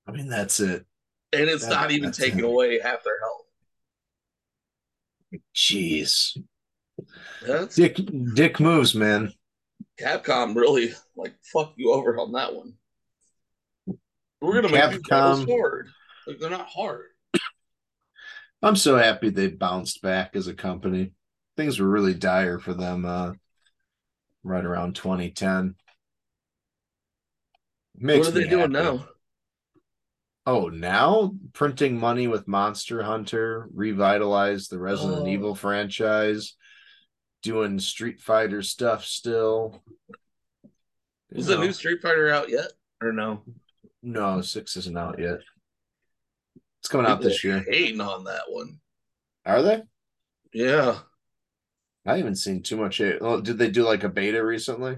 I mean, that's it. and it's That- not even that's taking heavy. away half their health. Jeez, That's dick, dick moves, man. Capcom really like fuck you over on that one. We're gonna make you Capcom- battles hard. Like they're not hard. I'm so happy they bounced back as a company. Things were really dire for them, uh, right around 2010. Makes what are they me doing happy. now? Oh, now printing money with Monster Hunter, revitalized the Resident Oh. Evil franchise, doing Street Fighter stuff still. You Is the know. new Street Fighter out yet? Or no? No, six isn't out yet. It's coming out People this year. Hating on that one. Are they? Yeah. I haven't seen too much. yet. Well, did they do like a beta recently?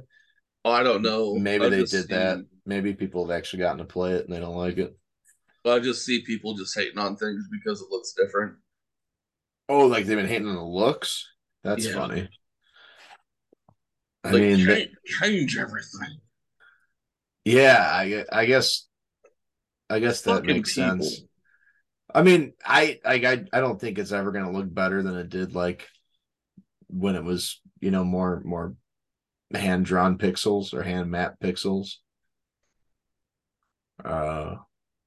Oh, I don't know. Maybe I they just did see- that. Maybe people have actually gotten to play it and they don't like it. I just see people just hating on things because it looks different. Oh, like they've been hating on the looks. That's Yeah. funny. I like mean, change, change everything. yeah, I, gue- I guess, I guess that Fucking makes people. sense. I mean, I like I I don't think it's ever gonna look better than it did like when it was, you know, more more hand drawn pixels or hand mapped pixels. Uh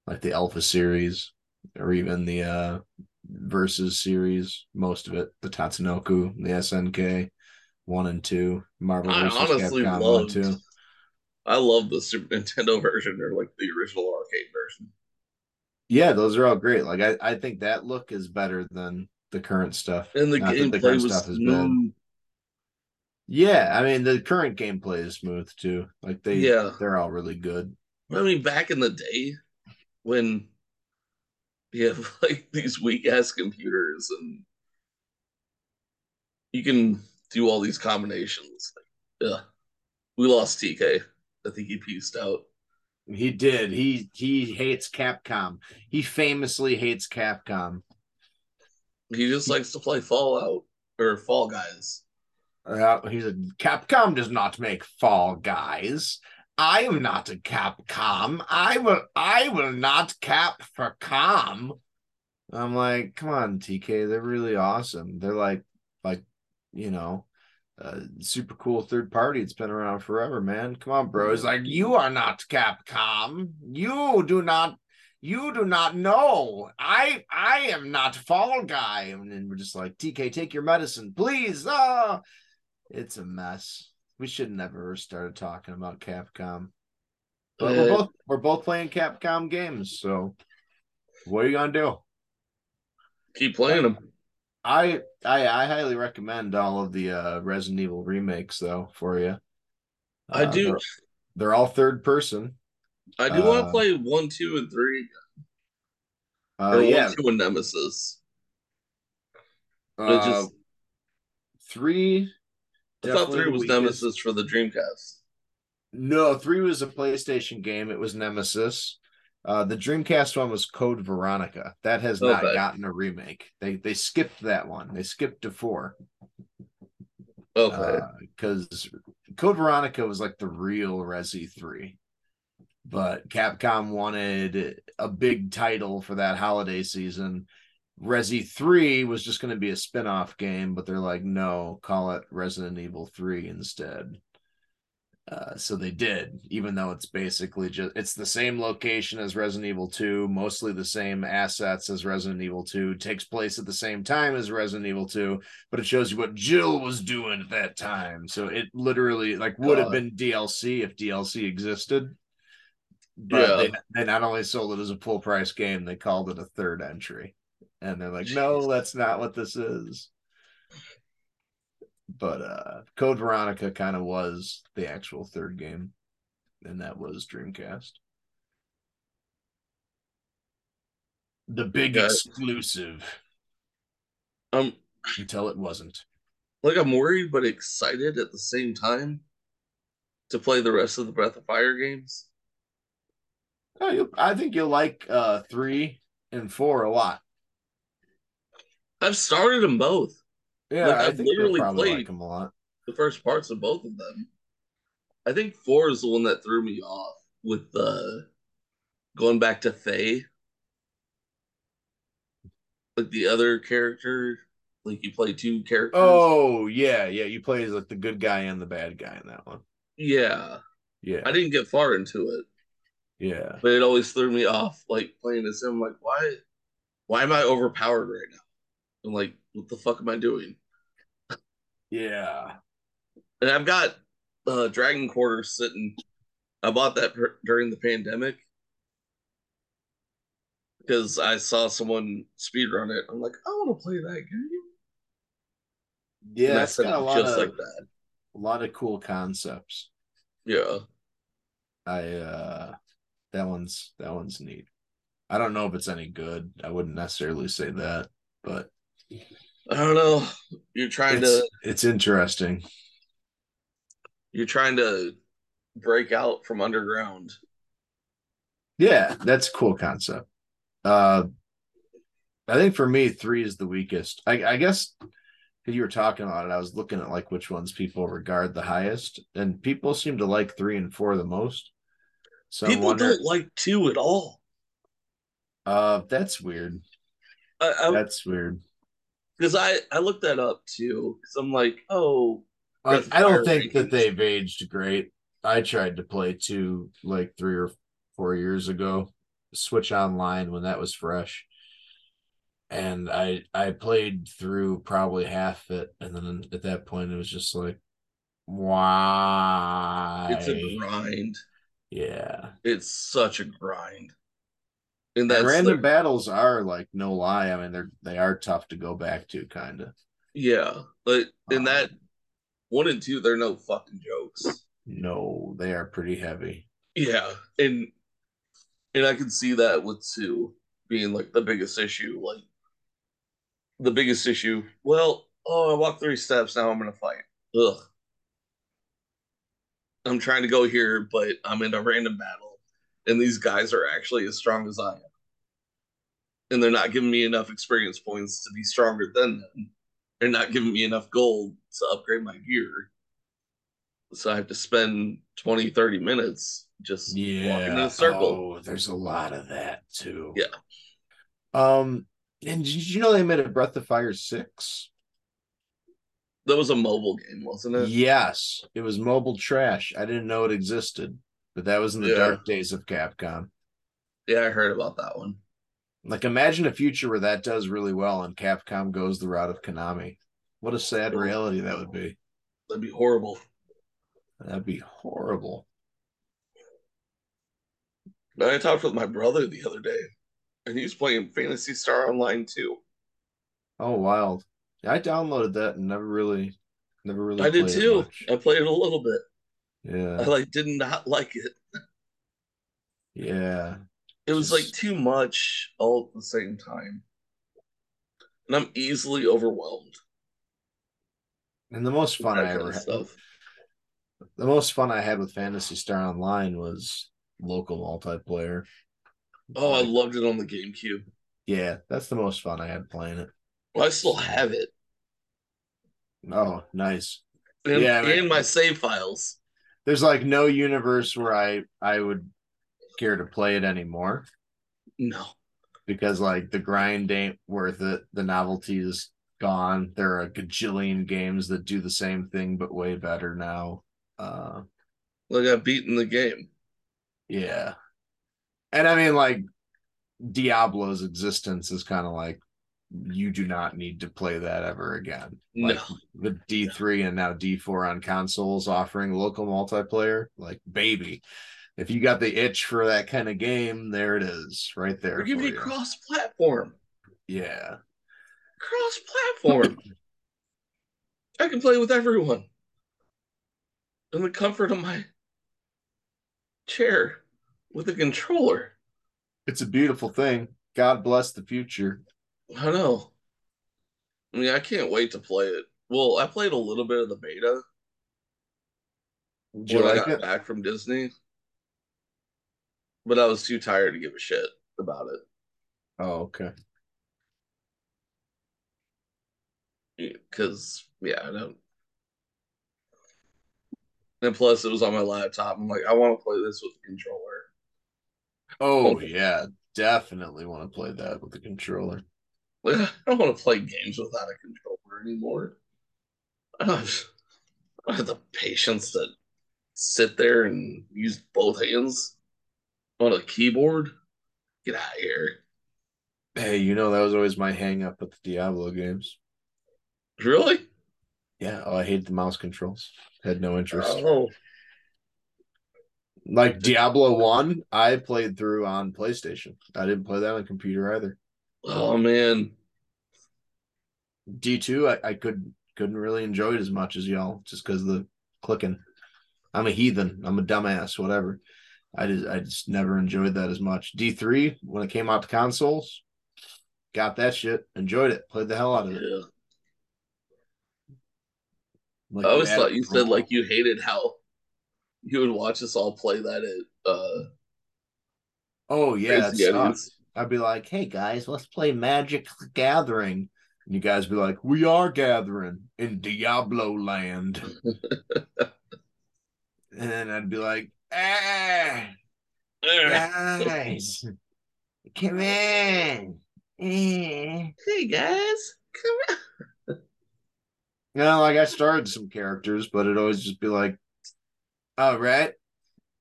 like the Alpha series or even the uh versus series, most of it, the Tatsunoko, the SNK one and two, Marvel I versus honestly Capcom one and loved- two. I love the Super Nintendo version or like the original arcade version. Yeah, those are all great. Like I, I think that look is better than the current stuff. And the Not that gameplay current was stuff is bad. smooth. Yeah, I mean the current gameplay is smooth too. Like they Yeah. they're all really good. I mean, back in the day when you have like these weak ass computers and you can do all these combinations. Like, yeah. We lost TK. I think he pieced out. He did. He he hates Capcom. He famously hates Capcom. He just likes to play Fallout or Fall Guys. Uh, he's a Capcom does not make Fall Guys. I am not a Capcom. I will I will not cap for com. I'm like, come on, TK. They're really awesome. They're like like you know, uh, super cool third party. It's been around forever, man. Come on, bro. It's like you are not Capcom. You do not. You do not know. I I am not Fall Guy. And then we're just like TK, take your medicine, please. Ah, it's a mess. We should never have started talking about Capcom. But we're Yeah. both we're both playing Capcom games, so what are you gonna do? Keep playing them. I I I highly recommend all of the uh Resident Evil remakes though for you. Uh, I do. They're, they're all third person. I do want Uh, to play one, two, and three, Uh, or yeah, one, two, and Nemesis. But uh, just three. I thought definitely three the was weakest. Nemesis for the Dreamcast. No, three was a PlayStation game. It was Nemesis. Uh, the Dreamcast one was Code Veronica. That has not Okay. gotten a remake. They they skipped that one. They skipped to four. Okay, because Uh, Code Veronica was like the real Resi 3. But Capcom wanted a big title for that holiday season. Resi 3 was just going to be a spin off game, but they're like, no, call it Resident Evil 3 instead. Uh, so they did, even though it's basically just it's the same location as Resident Evil 2, mostly the same assets as Resident Evil 2, takes place at the same time as Resident Evil 2, but it shows you what Jill was doing at that time. So it literally like would have God. been DLC if DLC existed. But they, they not only sold it as a full price game, they called it a third entry. And they're like, no, Jeez. that's not what this is. But uh Code Veronica kind of was the actual third game, and that was Dreamcast. The big Okay. exclusive Uh, I'm until it wasn't. like I'm worried but excited at the same time to play the rest of the Breath of Fire games. Oh, you, I think you'll like uh three and four a lot. I've started them both, Yeah, Like, I I've think you'll literally probably played- like them a lot. the first parts of both of them. I think four is the one that threw me off with the going back to Faye, like the other character. Like you play two characters. Oh yeah, yeah. You play as like the good guy and the bad guy in that one. yeah, Yeah, I didn't get far into it. yeah. but it always threw me off like playing as him like why why am i overpowered right now i'm like what the fuck am i doing Yeah. and i've got uh dragon quarter sitting i bought that per- during the pandemic because i saw someone speedrun it i'm like i want to play that game Yeah, and I it's said got a it lot just of like that a lot of cool concepts. yeah I uh that one's that one's neat. I don't know if it's any good. I wouldn't necessarily say that, but i don't know you're trying it's, to it's interesting. you're trying to break out from underground Yeah, that's a cool concept. Uh I think for me three is the weakest. I, I guess because you were talking about it, I was looking at like which ones people regard the highest, and people seem to like three and four the most. So I people wonder, don't like two at all uh, that's weird. I That's weird. because I, I looked that up too because I'm like, oh, Breath Like, of I Fire don't think Rankings. that they've aged great. I tried to play two like three or four years ago, Switch Online when that was fresh. And I I played through probably half it, and then at that point it was just like, why? it's a grind. yeah. It's such a grind. And that's And random like- battles are like no lie. I mean they're they are tough to go back to, kind of. yeah, but in Um, that one and two, they're no fucking jokes. No, they are pretty heavy. Yeah, and and I can see that with two being like the biggest issue. Like the biggest issue. Well, oh, I walked three steps. Now I'm gonna fight. Ugh. I'm trying to go here, but I'm in a random battle, and these guys are actually as strong as I am, and they're not giving me enough experience points to be stronger than them. They're not giving me enough gold to upgrade my gear. So I have to spend 20, 30 minutes just walking in a circle. Oh, there's a lot of that too. Yeah. Um, and did you know they made a Breath of Fire six? That was a mobile game, wasn't it? Yes, it was mobile trash. I didn't know it existed, but that was in the Yeah. dark days of Capcom. Yeah, I heard about that one. Like, imagine a future where that does really well and Capcom goes the route of Konami. What a sad reality that would be. That'd be horrible. That'd be horrible. But I talked with my brother the other day, and he's playing Fantasy Star Online too. Oh, wild. I downloaded that and never really, never really. I did played it too. much. I played it a little bit. I Yeah, like did not like it. yeah. It was like Just- too much all at the same time. And I'm easily overwhelmed. And the most with fun that I kind ever of had. stuff. the most fun I had with Fantasy Star Online was local multiplayer. Oh, I Like, loved it on the GameCube. yeah, that's the most fun I had playing it. Well, I still have it. Oh, nice. And, Yeah, man. and my save files. There's like no universe where I I would care to play it anymore No. because like the grind ain't worth it. The novelty is gone. There are a gajillion games that do the same thing but way better now. Uh Like I beat in the game. Yeah. And I mean, like, Diablo's existence is kind of like you do not need to play that ever again. No. Like the D3 and now D4 on consoles offering local multiplayer, like, baby, if you got the itch for that kind of game, there it is, right there. We're giving for you you. cross platform. yeah. cross platform. I can play with everyone in the comfort of my chair with a controller. It's a beautiful thing. God bless the future. I know. I mean, I can't wait to play it. Well, I played a little bit of the beta Did you when I like got it? back from Disney, but I was too tired to give a shit about it. Oh, okay. because yeah, I don't. And plus, it was on my laptop. I'm like, I want to play this with the controller. Oh, yeah. Definitely want to play that with the controller. Like, I don't want to play games without a controller anymore. I don't, have, I don't have the patience to sit there and use both hands on a keyboard. Get out of here! Hey, you know that was always my hang up with the Diablo games. Really? Yeah, oh, I hated the mouse controls. Had no interest. Oh, Like Diablo 1, I played through on PlayStation. I didn't play that on computer either. oh man, D2, I, I could couldn't really enjoy it as much as y'all just because the clicking. I'm a heathen. I'm a dumbass, whatever. I just I just never enjoyed that as much. D3, when it came out to consoles, got that shit, enjoyed it, played the hell out of it. yeah. Like, I always that- thought you said like you hated how you would watch us all play that at uh, Oh yeah, that Crazy sucks. Eddie's. I'd be like, hey guys, let's play Magic the Gathering. And you guys be like, we are gathering in Diablo land. and I'd be like, ah, Eh. guys, come in. Eh. Hey guys, come on. You know, like I started some characters, but it'd always just be like, all right,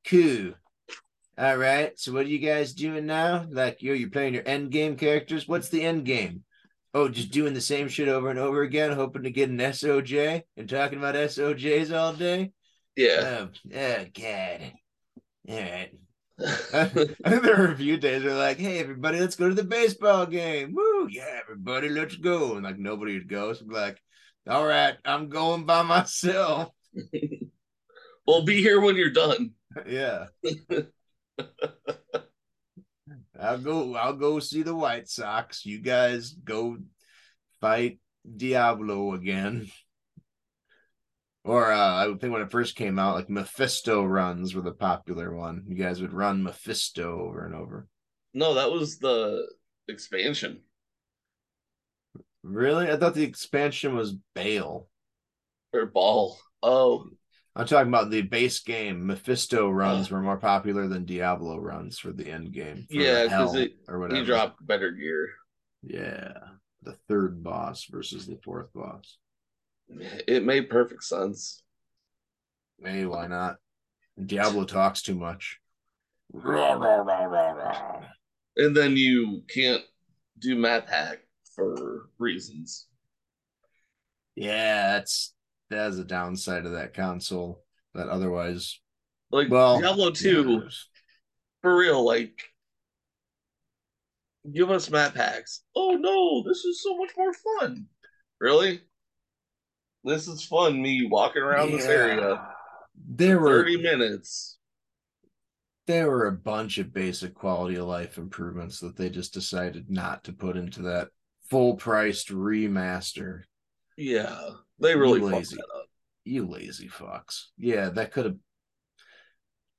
cool. All right, so what are you guys doing now? Like, yo, you're playing your end game characters. What's the end game? Oh, just doing the same shit over and over again, hoping to get an SOJ and talking about SOJs all day. Yeah. Oh, oh God. All right. I think their review days are like, hey, everybody, let's go to the baseball game. Woo, yeah, everybody, let's go. And like nobody would go. So I'd be like, all right, I'm going by myself. well, be here when you're done. Yeah. I'll go, I'll go see the White Sox. You guys go fight Diablo again. Or uh, I would think when it first came out, like Mephisto runs were the popular one. You guys would run Mephisto over and over. No, that was the expansion. Really? I thought the expansion was Bale. Or ball. Oh, I'm talking about the base game. Mephisto runs were more popular than Diablo runs for the end game. for Yeah, 'cause hell it- or he dropped better gear. Yeah, the third boss versus the fourth boss. It made perfect sense. Hey, why not? Diablo talks too much. Rah, rah, rah, rah, rah. And then you can't do math hack for reasons. Yeah, that's that's a downside of that console. That otherwise, Like Well, Diablo 2, yeah, there's- for real, like give us map hacks. Oh no, this is so much more fun. Really? This is fun, me walking around this Yeah. area. There were 30 minutes. there were a bunch of basic quality of life improvements that they just decided not to put into that full priced remaster. Yeah. They really You fucked lazy. that up. You lazy fucks. Yeah, that could have.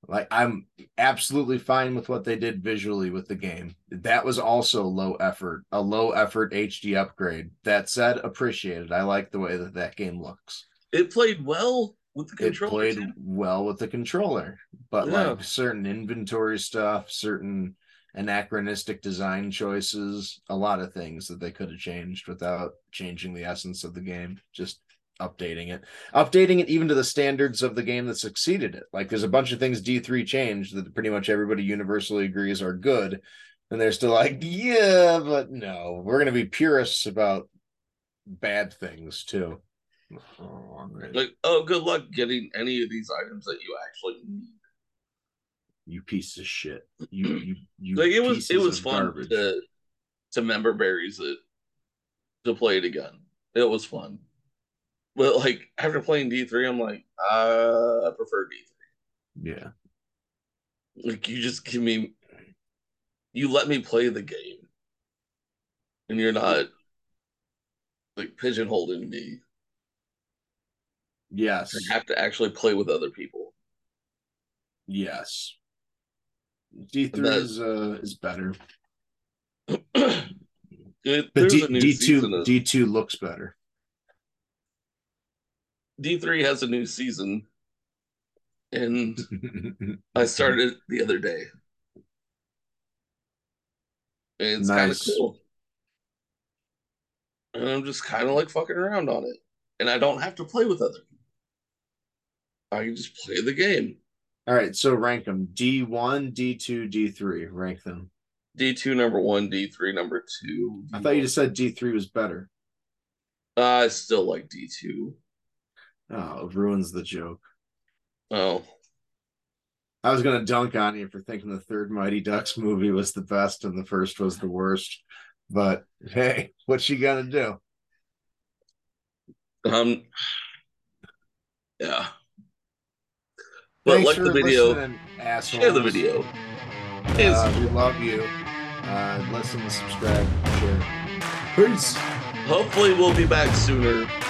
Like, I'm absolutely fine with what they did visually with the game. That was also low effort, a low effort HD upgrade. That said, appreciated. I like the way that that game looks. It played well with the It controller. played too. well with the controller, but Yeah. like certain inventory stuff, certain anachronistic design choices, a lot of things that they could have changed without changing the essence of the game, just updating it. Updating it even to the standards of the game that succeeded it. Like there's a bunch of things D3 changed that pretty much everybody universally agrees are good. And they're still like, yeah, but no, we're gonna be purists about bad things too. Oh, all right. Like, oh, good luck getting any of these items that you actually need. you piece of shit. You you you Like it was, it pieces was of fun to to member berries it to play it again. It was fun, but like after playing D three, I'm like, uh, I prefer D Yeah. three. Like you just give me, you let me play the game, and you're not like pigeonholing me. Yes. I have to actually play with other people. Yes. D three That- is uh is better. It- But there's D a new D season two of- D two looks better. D three has a new season, and I started it the other day. And it's Nice. kind of cool. And I'm just kind of like fucking around on it. And I don't have to play with other people. I can just play the game. All right, so rank them D one, D two, D three. Rank them. D2 number one, D3 number two. Uh, I thought you just said D three was better. I still like D2. Oh, it ruins the joke. Oh. I was gonna dunk on you for thinking the third Mighty Ducks movie was the best and the first was the worst. But hey, what you gonna do? Um. Yeah. But Thanks like the for video, listening, assholes. share the video. It's Uh, we love you. Uh, listen, subscribe, share. Peace. Hopefully, we'll be back sooner